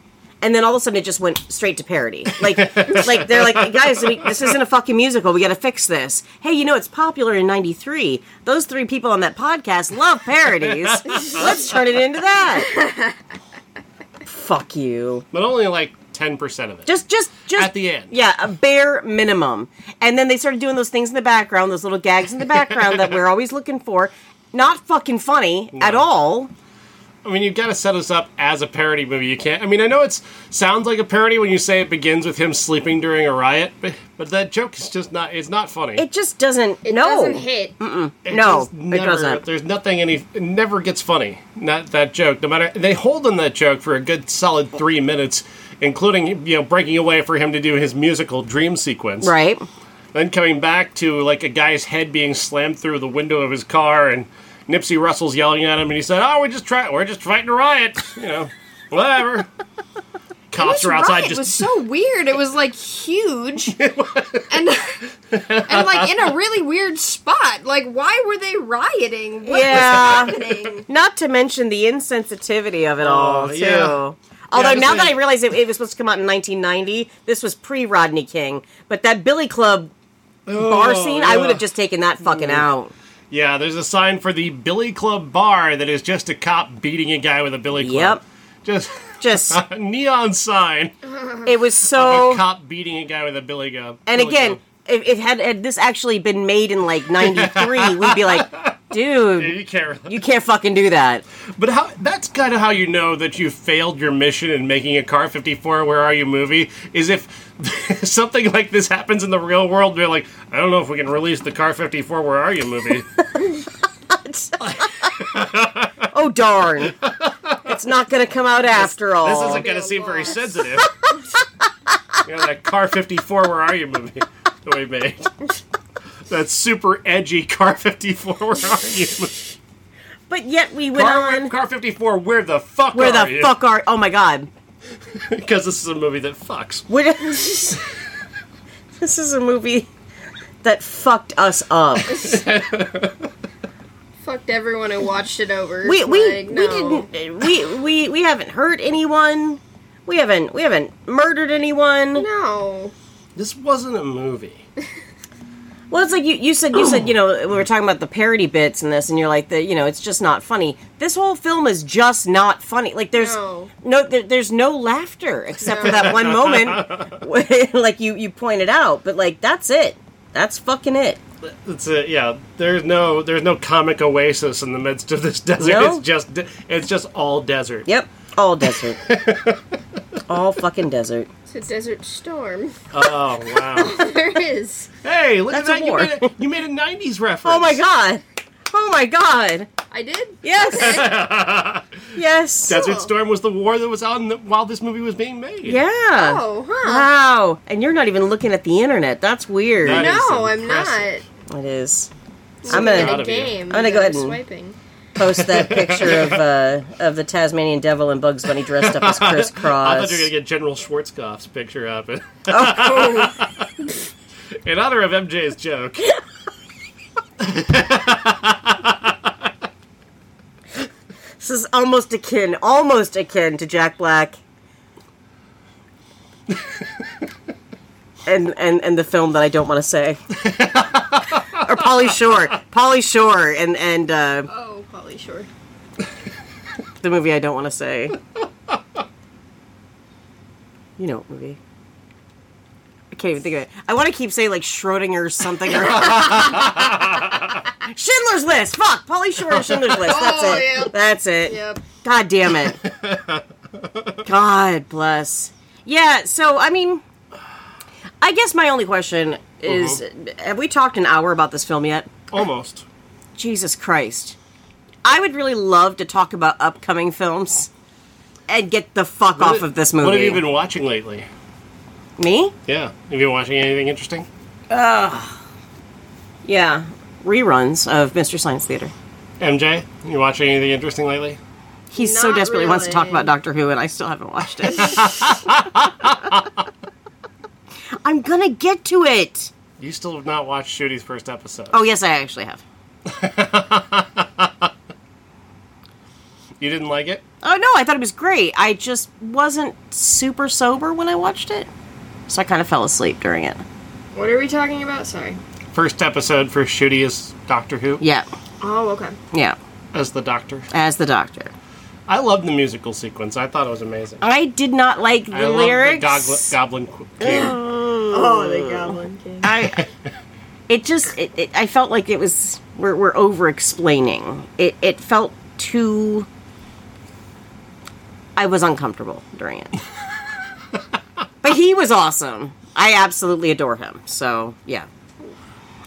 S2: And then all of a sudden, it just went straight to parody. Like, like they're like, guys, we, this isn't a fucking musical. We got to fix this. Hey, you know it's popular in '93. Those three people on that podcast love parodies. Let's turn it into that. Fuck you
S1: But only like 10% of it.
S2: just just just
S1: At the end.
S2: yeah a bare minimum and then they started doing those things in the background those little gags in the background that we're always looking for not fucking funny at all
S1: I mean, you've got to set us up as a parody movie. You can't. I mean, I know it sounds like a parody when you say it begins with him sleeping during a riot, but, but that joke is just not. It's not funny.
S2: it just doesn't
S3: It
S2: no
S3: doesn't hit.
S1: It
S2: no,
S1: just
S2: it doesn't.
S1: There's nothing any. It never gets funny. Not that joke. No matter they hold on that joke for a good solid three minutes, including you know breaking away for him to do his musical dream sequence.
S2: right
S1: Then coming back to like a guy's head being slammed through the window of his car, and Nipsey Russell's yelling at him, and he said, "Oh, we're just trying, we're just fighting a riot, you know, whatever." Cops
S3: This
S1: are outside
S3: riot
S1: just
S3: was so weird. It was like huge, and and like in a really weird spot. Like, why were they rioting? What
S2: Yeah.
S3: was happening?
S2: not to mention the insensitivity of it all too
S1: Oh, yeah.
S2: Although
S1: Yeah,
S2: now
S1: just
S2: that I
S1: like-
S2: realize it, it was supposed to come out in 1990, this was pre Rodney King. But that Billy Club bar
S1: Oh,
S2: scene, I would
S1: yeah. Mm.
S2: have just taken that fucking out.
S1: Yeah, there's a sign for the Billy Club bar that is just a cop beating a guy with a Billy Club.
S2: Yep,
S1: Just
S2: just
S1: a neon sign.
S2: it was so
S1: A cop beating a guy with a Billy Club.
S2: Oh. And again, if it had, had this actually been made in like '93, we'd be like, dude,
S1: you care.
S2: you can't fucking do that.
S1: But how, that's kind of how you know that you failed your mission in making a Car 54 Where Are You movie, is if something like this happens in the real world, they're like, I don't know if we can release the Car 54 Where Are You movie.
S2: Oh darn, it's not gonna come out after all.
S1: This isn't going to seem very sensitive. you know, that Car 54, Where Are You movie that we made. That super edgy Car 54, Where Are You movie.
S2: but yet we went
S1: Car,
S2: on.
S1: Car 54, Where the Fuck
S2: Where
S1: Are
S2: the
S1: You?
S2: fuck are? Oh my god,
S1: Because this is a movie that fucks.
S2: What- this is a movie that fucked us up.
S3: Fucked everyone who watched it over.
S2: we we,
S3: Like,
S2: we
S3: no.
S2: didn't we we we haven't hurt anyone. We haven't we haven't murdered anyone.
S3: No.
S1: This wasn't a movie.
S2: Well, it's like you, you said you said you know we were talking about the parody bits and this, and you're like the you know it's just not funny. This whole film is just not funny. Like there's no,
S3: No.
S2: there, there's no laughter except for that one moment, where- like you you pointed out. But like that's it. That's fucking it.
S1: It's a, yeah. There's no there's no comic oasis in the midst of this desert.
S2: No?
S1: It's just de- it's just all desert.
S2: Yep, all desert. all fucking desert.
S3: It's a desert storm.
S1: Oh wow!
S3: there is.
S1: hey, look
S2: That's a
S1: at that! You
S2: war.
S1: made, a, you made a '90s reference.
S2: Oh my god. Oh my god.
S3: I did.
S2: Yes. yes.
S1: Desert
S3: Cool.
S1: Storm was the war that was on the, while this movie was being made.
S2: yeah.
S3: Oh,
S2: Uh-huh.
S3: huh.
S2: Wow. And you're not even looking at the internet. That's weird.
S1: That is
S3: no, I'm
S1: impressive.
S3: not.
S2: It is.
S3: So
S2: I'm
S3: we
S2: gonna-
S3: had
S1: Proud
S3: a
S1: of you.
S3: game.
S2: I'm gonna go
S3: that
S2: ahead
S3: was
S2: and-
S3: swiping.
S2: post that picture of uh, of the Tasmanian devil and Bugs Bunny dressed up as Chris
S1: I
S2: Cross.
S1: thought you were gonna get General Schwarzkopf's picture up in, in honor of MJ's joke.
S2: this is almost akin, almost akin to Jack Black. and, and and the film that I don't want to say. or Polly Shore, Polly Shore, and and uh,
S3: Oh, Polly Shore.
S2: the movie I don't want to say. You know what movie? I can't even think of it. I want to keep saying like Schrodinger or something. Or Schindler's List. Fuck, Polly Shore and Schindler's List. That's
S3: Oh,
S2: it.
S3: yeah.
S2: That's it.
S3: Yep.
S2: God damn it. God bless. Yeah, so I mean I guess my only question is
S3: Uh-huh.
S2: have we talked an hour about this film yet?
S1: Almost.
S2: Jesus Christ. I would really love to talk about upcoming films and get the fuck off of this movie.
S1: What have you been watching lately?
S2: Me?
S1: Yeah. Have you been watching anything interesting?
S2: Yeah. Reruns of Mr. Science Theater.
S1: MJ, you watching anything interesting lately?
S2: He so
S3: Not
S2: desperately wants to talk
S3: really.
S2: about Doctor Who, and I still haven't watched it. I'm gonna get to it.
S1: You still have not watched Judy's first episode.
S2: Oh, yes, I actually have.
S1: You didn't like it?
S2: Oh no, I thought it was great. I just wasn't super sober when I watched it, so I kind of fell asleep during it.
S3: What are we talking about? Sorry.
S1: First episode for Judy is Doctor Who
S2: Yeah,
S3: Oh, okay.
S2: yeah.
S1: as the Doctor.
S2: As the Doctor,
S1: I loved the musical sequence. I thought it was amazing.
S2: I did not like Uh, the
S1: I loved
S2: lyrics. Mm,
S1: the Goblin, Goblin King.
S3: Oh, the Goblin King.
S2: I, it just, it, it, I felt like it was we're, we're over explaining. It it felt too. I was uncomfortable during it, but he was awesome. I absolutely adore him. So yeah,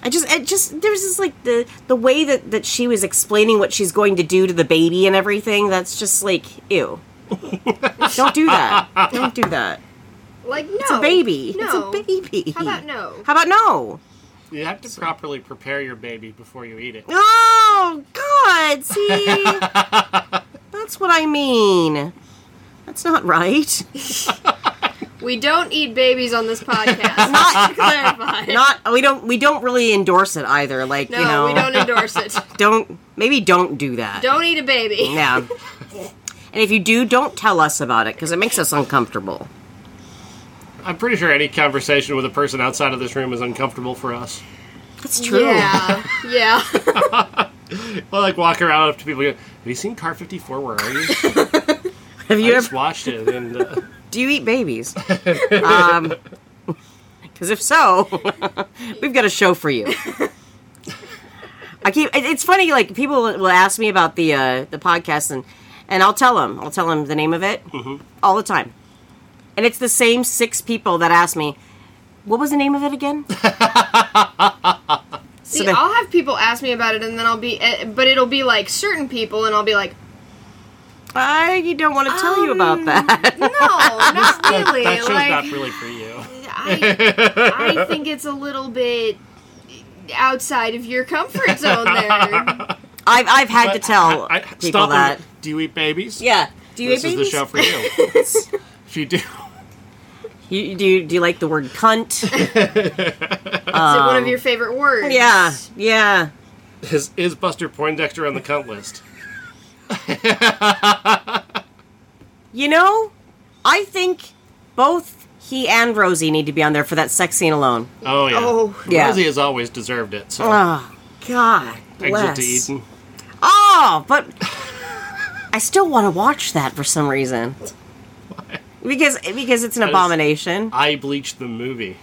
S2: I just, I just there was just like the the way that that she was explaining what she's going to do to the baby and everything. That's just like ew. Don't do that. Don't do that.
S3: Like no.
S2: It's a baby.
S3: No.
S2: It's a baby.
S3: How about no?
S2: How about no?
S1: You have to properly prepare your baby before you eat it.
S2: Oh God! See, that's what I mean. That's not right.
S3: We don't eat babies on this podcast.
S2: Not-
S3: to clarify.
S2: Not we don't we don't really endorse it either. Like
S3: no,
S2: you know,
S3: we don't endorse it.
S2: don't- maybe don't do that.
S3: Don't eat a baby.
S2: Yeah. and if you do, don't tell us about it because it makes us uncomfortable.
S1: I'm pretty sure any conversation with a person outside of this room is uncomfortable for us.
S2: That's true.
S3: Yeah. Yeah.
S1: I like walk around up to people. and go, Have you seen Car 54? Where are you?
S2: Have
S1: I
S2: you
S1: just
S2: ever?
S1: watched it, and uh,
S2: Do you eat babies? um, because if so, we've got a show for you. I keep. it- It's funny. Like people will ask me about the uh, the podcast, and and I'll tell them. I'll tell them the name of it
S1: Mm-hmm.
S2: all the time. And it's the same six people that ask me, "What was the name of it again?"
S3: See,
S2: So they-
S3: I'll have people ask me about it, and then I'll be, eh, but it'll be like certain people, and I'll be like,
S2: I don't want to tell you about that.
S3: no, not really.
S1: that show's
S3: like,
S1: not really for you.
S3: I, I think it's a little bit outside of your comfort zone there.
S2: I've I've had to tell
S1: I- I-
S2: people
S1: stop
S2: that.
S1: and- Do you eat babies?
S2: Yeah. Do you
S1: This
S2: eat
S1: is
S2: babies?
S1: the show for you. if you do,
S2: You, you- do you, do you like the word cunt?
S3: Is it one of your favorite words?
S2: Um, Yeah, yeah.
S1: is, is Buster Poindexter on the cunt list?
S2: You know, I think both he and Rosie need to be on there for that sex scene alone.
S1: Oh yeah.
S3: Oh.
S2: Yeah.
S1: Rosie has always deserved it. So
S2: Oh, God.
S1: exit
S2: Bless.
S1: to Eden.
S2: Oh, but I still want to watch that for some reason. Because because it's an abomination.
S1: I bleached the movie.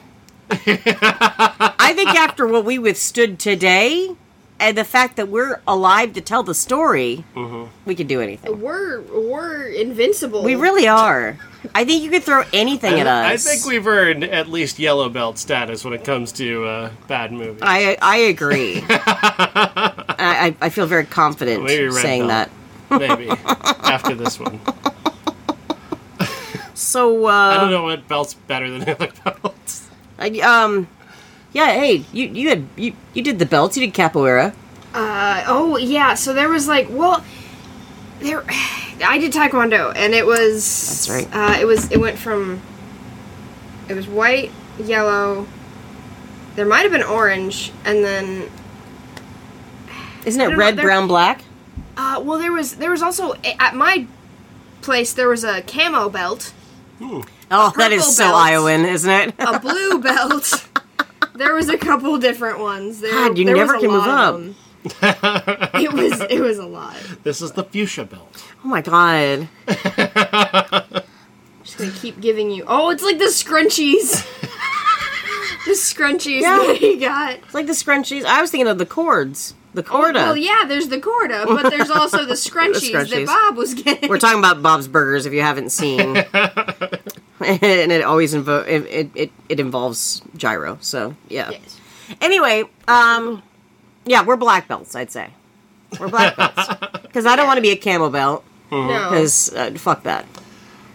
S2: I think after what we withstood today, and the fact that we're alive to tell the story,
S1: Mm-hmm.
S2: we could do anything.
S3: We're we're invincible.
S2: We really are. I think you could throw anything at
S1: I
S2: us.
S1: think we've earned at least yellow belt status when it comes to uh, bad movies.
S2: I I agree. I, I I feel very confident
S1: Maybe red
S2: saying
S1: belt.
S2: that.
S1: Maybe after this one,
S2: So uh,
S1: I don't know what belt's better than other belts.
S2: I- um, yeah. Hey, you you had you you did the belts. You did capoeira.
S3: Uh, oh yeah. So there was like, well, there. I did taekwondo, and it was.
S2: That's right.
S3: Uh, it was. It went from. It was white, yellow. There might have been orange, and then
S2: Isn't
S3: don't
S2: it
S3: know,
S2: red,
S3: they're-
S2: brown, black?
S3: Uh, well, there was there was also at my place there was a camo belt,
S1: Ooh,
S2: Oh, that is
S3: purple
S2: so
S3: belt.
S2: Iowan, isn't it?
S3: a blue belt. There was a couple different ones. There,
S2: God, you
S3: there
S2: never
S3: was a
S2: can move up.
S3: lot of them. it was it was a lot.
S1: This is the fuchsia belt.
S2: Oh my god.
S3: just gonna keep giving you. Oh, it's like the scrunchies. the scrunchies
S2: Yeah.
S3: that he got.
S2: It's like the scrunchies. I was thinking of the cords. The corda.
S3: Well, yeah, there's the corda, but there's also the scrunchies,
S2: scrunchies.
S3: that Bob was getting.
S2: We're talking about Bob's Burgers if you haven't seen. and it always invo- it, it, it, it involves gyro. So, yeah.
S3: Yes.
S2: Anyway, um, yeah, we're black belts, I'd say. We're black belts. Because I don't want to be a camel belt.
S1: Oh.
S3: No,
S2: Because uh, fuck that.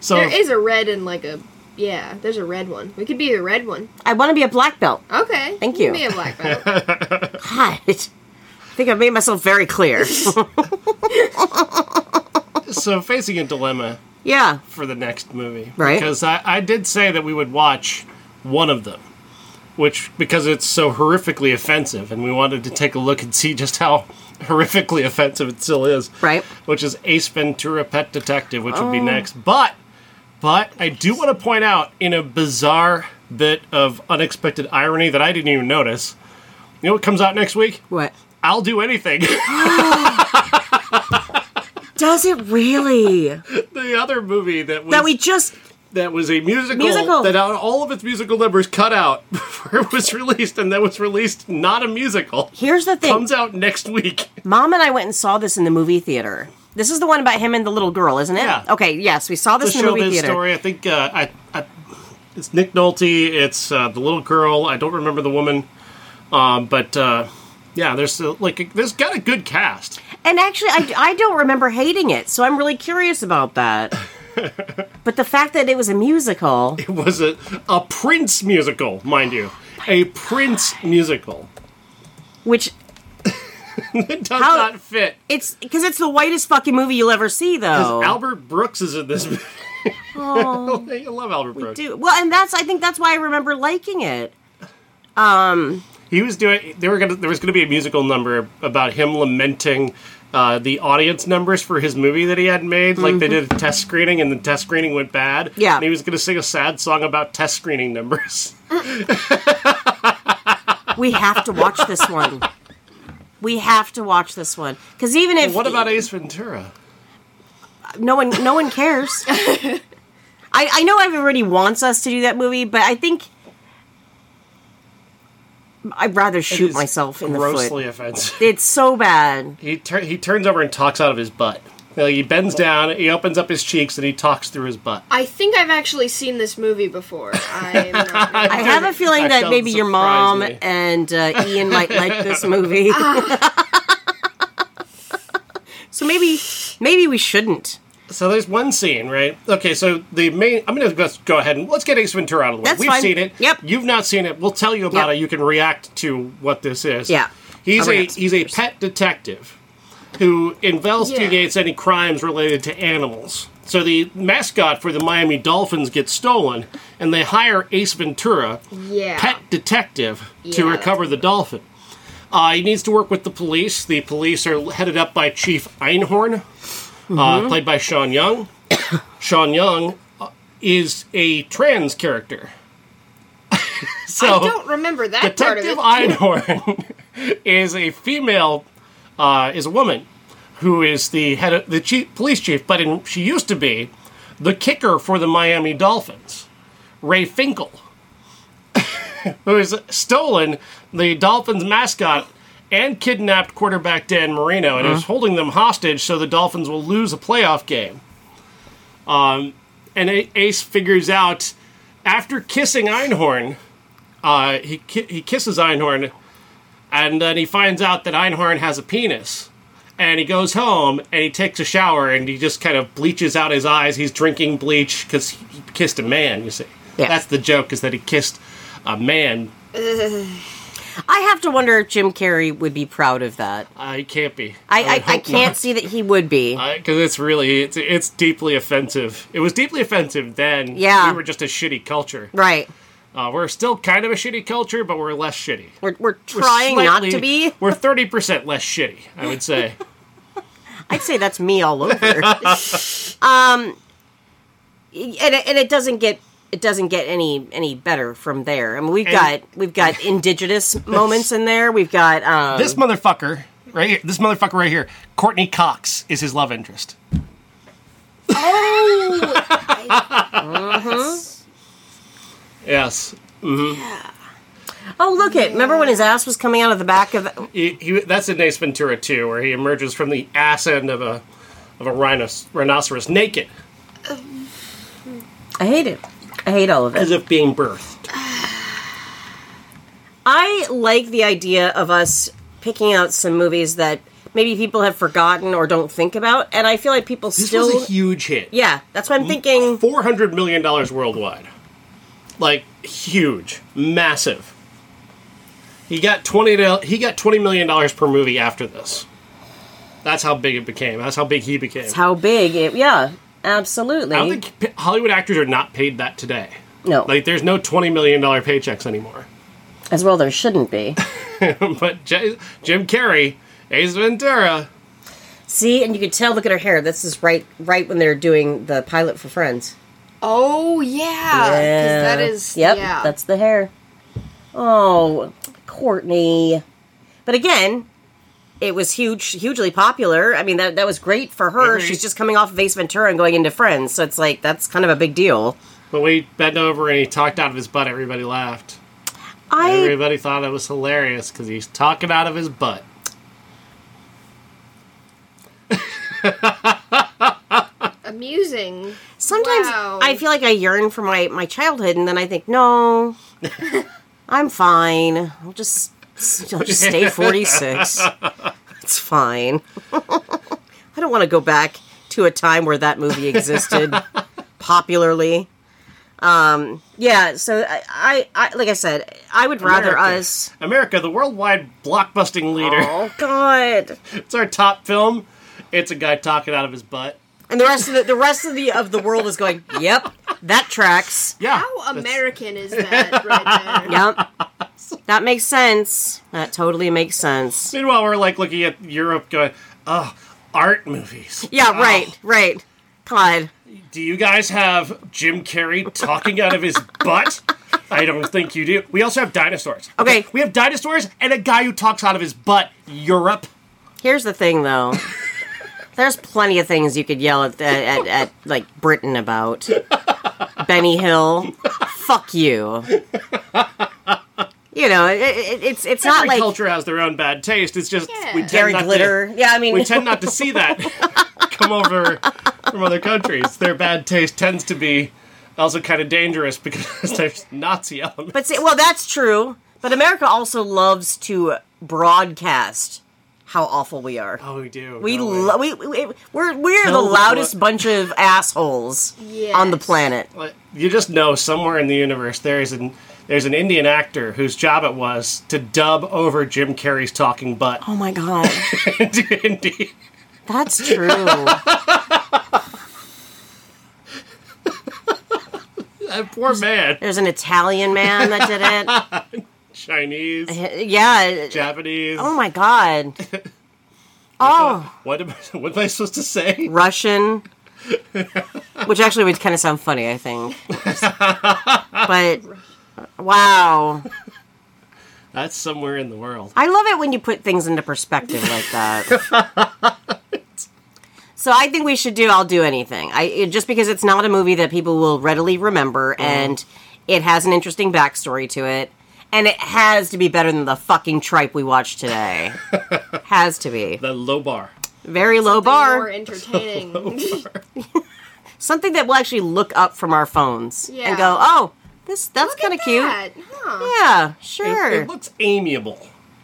S1: So
S3: there is a red and like a yeah. There's a red one. We could be the red one.
S2: I want to be a black belt.
S3: Okay.
S2: Thank
S3: you. can
S2: you.
S3: Be a black belt.
S2: God. I think I've made myself very clear.
S1: so facing a dilemma
S2: yeah.
S1: for the next movie,
S2: Right.
S1: Because I, I did say that we would watch one of them, which because it's so horrifically offensive, and we wanted to take a look and see just how horrifically offensive it still is,
S2: Right. Oh.
S1: Which is Ace Ventura: Pet Detective, which would be next, but. But I do want to point out, in a bizarre bit of unexpected irony that I didn't even notice, you know what comes out next week?
S2: What?
S1: I'll do anything.
S2: Does it really?
S1: the other movie that was
S2: that we just.
S1: that was a musical,
S2: Musical.
S1: that out all of its musical numbers cut out before it was released, and that was released not a musical.
S2: Here's the thing.
S1: Comes out next week.
S2: Mom and I went and saw this in the movie theater. This is the one about him and the little girl, isn't it?
S1: Yeah.
S2: Okay, yes, we saw
S1: The
S2: this in the movie
S1: showbiz
S2: theater.
S1: story. I think uh, I, I, it's Nick Nolte. It's uh, the little girl. I don't remember the woman, um, but uh, yeah, there's uh, like there's got a good cast.
S2: And actually, I, I don't remember hating it, so I'm really curious about that. but the fact that it was a musical,
S1: It was a a Prince musical, mind you, a Prince musical.
S2: which
S1: It does
S2: How-
S1: not fit.
S2: it's because it's the whitest fucking movie you'll ever see, though.
S1: Albert Brooks is in this movie.
S2: Oh.
S1: I love Albert Brooks.
S2: Dude, well, and that's I think that's why I remember liking it.
S1: He was doing. They were gonna. There was gonna be a musical number about him lamenting uh, the audience numbers for his movie that he had made. Like they did a test screening, and the test screening went bad.
S2: Mm-hmm. Yeah.
S1: and he was gonna sing a sad song about test screening numbers.
S2: We have to watch this one. We have to watch this one because even if
S1: what about Ace Ventura?
S2: no one no one cares. I, I know everybody wants us to do that movie, but I think I'd rather shoot
S1: It's
S2: myself in the
S1: grossly
S2: foot.
S1: offensive.
S2: It's so bad.
S1: He tur- he turns over and talks out of his butt. Like, he bends down, he opens up his cheeks, and he talks through his butt.
S3: I think I've actually seen this movie before. I'm not really-
S2: I have a feeling
S1: That
S2: that
S1: doesn't
S2: maybe your
S1: surprise
S2: mom
S1: me.
S2: and uh, Ian might like this movie. so maybe maybe we shouldn't.
S1: So there's one scene, right? Okay, so the main. I'm going to just go ahead and let's get Ace Ventura out of the way.
S2: That's
S1: We've
S2: fine.
S1: seen it.
S2: Yep.
S1: You've not seen it. We'll tell you about
S2: Yep.
S1: it. You can react to what this is.
S2: Yeah.
S1: He's
S2: I'll
S1: a
S2: react to
S1: he's a pet detective who investigates
S3: Yeah.
S1: any crimes related to animals. So the mascot for the Miami Dolphins gets stolen, and they hire Ace Ventura,
S3: Yeah.
S1: pet detective,
S3: Yeah,
S1: to
S3: that's
S1: recover the dolphin. Uh, he needs to work with the police. The police are headed up by Chief Einhorn,
S3: Mm-hmm.
S1: uh, played by Sean Young. Sean Young uh, is a trans character. so
S3: I don't remember that part of
S1: Detective
S3: it.
S1: Einhorn is a female, uh, is a woman who is the head of the chief, police chief, but in, she used to be the kicker for the Miami Dolphins, Ray Finkel, who has stolen the Dolphins mascot and kidnapped quarterback Dan Marino and is
S3: Uh-huh.
S1: holding them hostage so the Dolphins will lose a playoff game. Um, and A- Ace figures out after kissing Einhorn uh, he ki- he kisses Einhorn, and then he finds out that Einhorn has a penis. And he goes home and he takes a shower and he just kind of bleaches out his eyes. He's drinking bleach because he kissed a man. You see,
S2: Yeah.
S1: that's the joke is that he kissed a man.
S2: I have to wonder if Jim Carrey would be proud of that.
S1: I Uh, can't be.
S2: I I, I can't see that he would be.
S1: because it's really it's it's deeply offensive. It was deeply offensive then.
S2: Yeah.
S1: we were just a shitty culture.
S2: right.
S1: Uh, we're still kind of a shitty culture, but we're less shitty.
S2: We're we're
S1: We're
S2: trying not to
S1: slightly-
S2: be.
S1: We're thirty percent less shitty. I would say.
S2: I'd say that's me all over. um, and it, and it doesn't get it doesn't get any any better from there. I mean, we've got we've got indigenous moments in there. We've got um,
S1: This motherfucker, right here, this motherfucker right here, Courtney Cox is his love interest.
S2: Oh.
S1: Yes.
S2: oh look it. Remember when his ass was coming out of the back of the,
S1: He, he, that's in Ace Ventura too, where he emerges from the ass end of a of a rhinos, rhinoceros naked,
S2: I hate it. I hate all of it.
S1: as if being birthed.
S2: I like the idea of us picking out some movies that maybe people have forgotten or don't think about, and I feel like people
S1: This
S2: still.
S1: was a huge hit.
S2: yeah, that's what I'm thinking.
S1: four hundred million dollars worldwide. Like huge, massive. He got twenty. To, he got twenty million dollars per movie after this. That's how big it became. That's how big he became.
S2: How big it? Yeah, absolutely.
S1: I don't think p- Hollywood actors are not paid that today.
S2: no,
S1: Like, there's no twenty million dollar paychecks anymore.
S2: as well there shouldn't be.
S1: but J- Jim Carrey, Ace Ventura,
S2: See, and you could tell. Look at her hair. This is right, right when they're doing the pilot for Friends.
S3: Oh yeah, 'cause
S2: Yeah.
S3: that is
S2: Yep,
S3: yeah.
S2: that's the hair. Oh, Courtney. But again, it was huge, hugely popular. I mean, that that was great for her.
S1: Agreed.
S3: Mm-hmm.
S2: She's just coming off of Ace Ventura and going into Friends, so it's like that's kind of a big deal.
S1: when we bent over and he talked out of his butt, everybody laughed.
S2: I
S1: Everybody thought it was hilarious because he's talking out of his butt.
S3: amusing.
S2: sometimes
S3: Wow.
S2: I feel like I yearn for my my childhood, and then I think, no, I'm fine. I'll just I'll just stay 46. It's fine. I don't want to go back to a time where that movie existed popularly. Um, yeah, so I, I, I, like I said, I would rather
S1: America.
S2: us.
S1: America, the worldwide blockbusting leader.
S2: Oh God!
S1: It's our top film. It's a guy talking out of his butt.
S2: And the rest of the, the rest of the of the world is going. Yep, that tracks.
S1: Yeah.
S3: How
S1: that's-
S3: American is that right there?
S2: Yep, that makes sense. That totally makes sense.
S1: Meanwhile, we're like looking at Europe going, oh, art movies.
S2: Yeah,
S1: Oh,
S2: right, right. God,
S1: Do you guys have Jim Carrey talking out of his butt? I don't think you do. We also have dinosaurs.
S2: Okay.
S1: We have dinosaurs and a guy who talks out of his butt. Europe.
S2: here's the thing though. There's plenty of things you could yell at, at, at, at like Britain about. Benny Hill, fuck you. You know, it, it, it's it's not
S1: Every
S2: like
S1: culture has their own bad taste. It's just we
S3: Yeah.
S1: tend
S2: Gary
S1: not to-
S2: Glitter. yeah, I mean,
S1: we tend not to see that come over from other countries. Their bad taste tends to be also kind of dangerous because there's Nazi element.
S2: But see, well, that's true. But America also loves to broadcast how awful we are.
S1: oh, we do.
S2: we,
S1: don't
S2: lo- we, we we- we're we're
S1: Tell
S2: the
S1: the
S2: loudest
S1: lo-
S2: bunch of assholes on the
S3: Yes.
S2: planet.
S1: Like, you just know somewhere in the universe there is an there's an Indian actor whose job it was to dub over Jim Carrey's talking butt
S2: Oh my god,
S1: into Hindi.
S2: that's true.
S1: That poor man.
S2: There's an Italian man that did it.
S1: Chinese,
S2: yeah.
S1: Japanese.
S2: Oh my god. Oh,
S1: What am I, what am I supposed to say?
S2: Russian. Which actually would kind of sound funny, I think. But wow.
S1: That's somewhere in the world.
S2: I love it when you put things into perspective like that. so I think we should do I'll do anything. I it- just because it's not a movie that people will readily remember
S1: Mm-hmm.
S2: and it has an interesting backstory to it and it has to be better than the fucking tripe we watched today. has to be.
S1: The low bar.
S2: Very low bar.
S3: More entertaining.
S2: Something that we'll actually look up from our phones and
S3: Yeah.
S2: go, "Oh, this that's kind of cute."
S3: That, huh.
S2: Yeah,
S1: It-
S2: sure.
S1: It, looks amiable,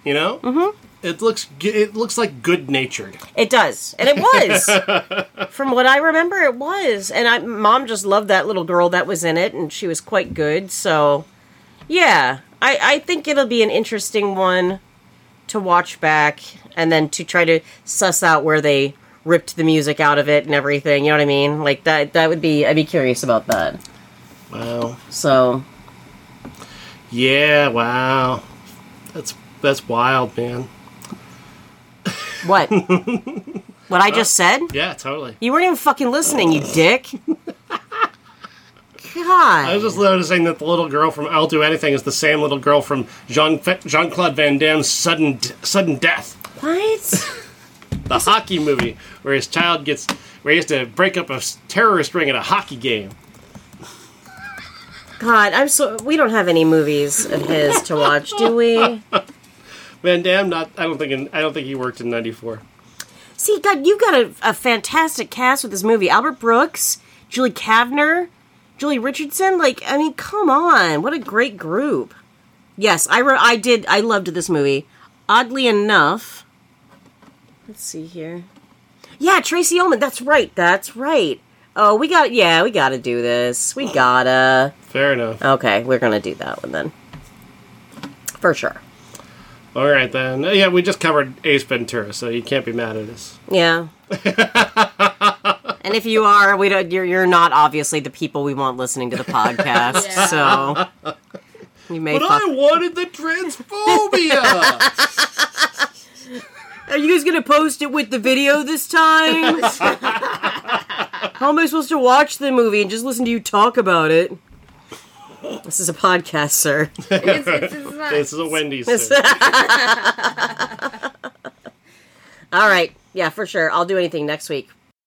S1: you know. Mm-hmm. It looks g- it looks like good natured.
S2: It does, and it was. From what I remember, it was, and I mom just loved that little girl that was in it, and she was quite good. So, yeah, I I think it'll be an interesting one to watch back, and then to try to suss out where they ripped the music out of it and everything. You know what I mean? Like that that would be I'd be curious about that.
S1: Wow.
S2: So
S1: Yeah. Wow. That's that's wild, man.
S2: what? what I just said?
S1: Yeah, totally.
S2: You weren't even fucking listening, you dick.
S1: I was
S2: God.
S1: just noticing that the little girl from I'll Do Anything is the same little girl from Jean Jean Claude Van Damme's Sudden D- Sudden Death,
S2: What?
S1: the hockey movie where his child gets where he has to break up a s- terrorist ring at a hockey game.
S2: God, I'm so. We don't have any movies of his to watch, do we?
S1: Van Damme, not I don't think in, I don't think he worked in '94.
S2: See, God, you've got a, a fantastic cast with this movie. Albert Brooks, Julie Kavner, Julie Richardson. Like, I mean, come on, what a great group. Yes, I re- I did. I loved this movie. Oddly enough, let's see here. Yeah, Tracy Ullman. That's right. That's right. Oh, we got. Yeah, we got to do this. We gotta.
S1: Fair enough.
S2: Okay, we're gonna do that one then, for sure.
S1: All right then. Uh, Yeah, we just covered Ace Ventura, so you can't be mad at us.
S2: Yeah. and if you are, we don't. You're, you're not obviously the people we want listening to the podcast.
S3: Yeah.
S2: So you may.
S1: But
S2: Fuck.
S1: I wanted the transphobia.
S2: are you guys gonna post it with the video this time? How am I supposed to watch the movie and just listen to you talk about it? This is a podcast, sir.
S3: It's, it's, it's not.
S1: this is a Wendy's.
S2: This-
S1: suit.
S2: All right. Yeah, for sure. I'll do anything next week.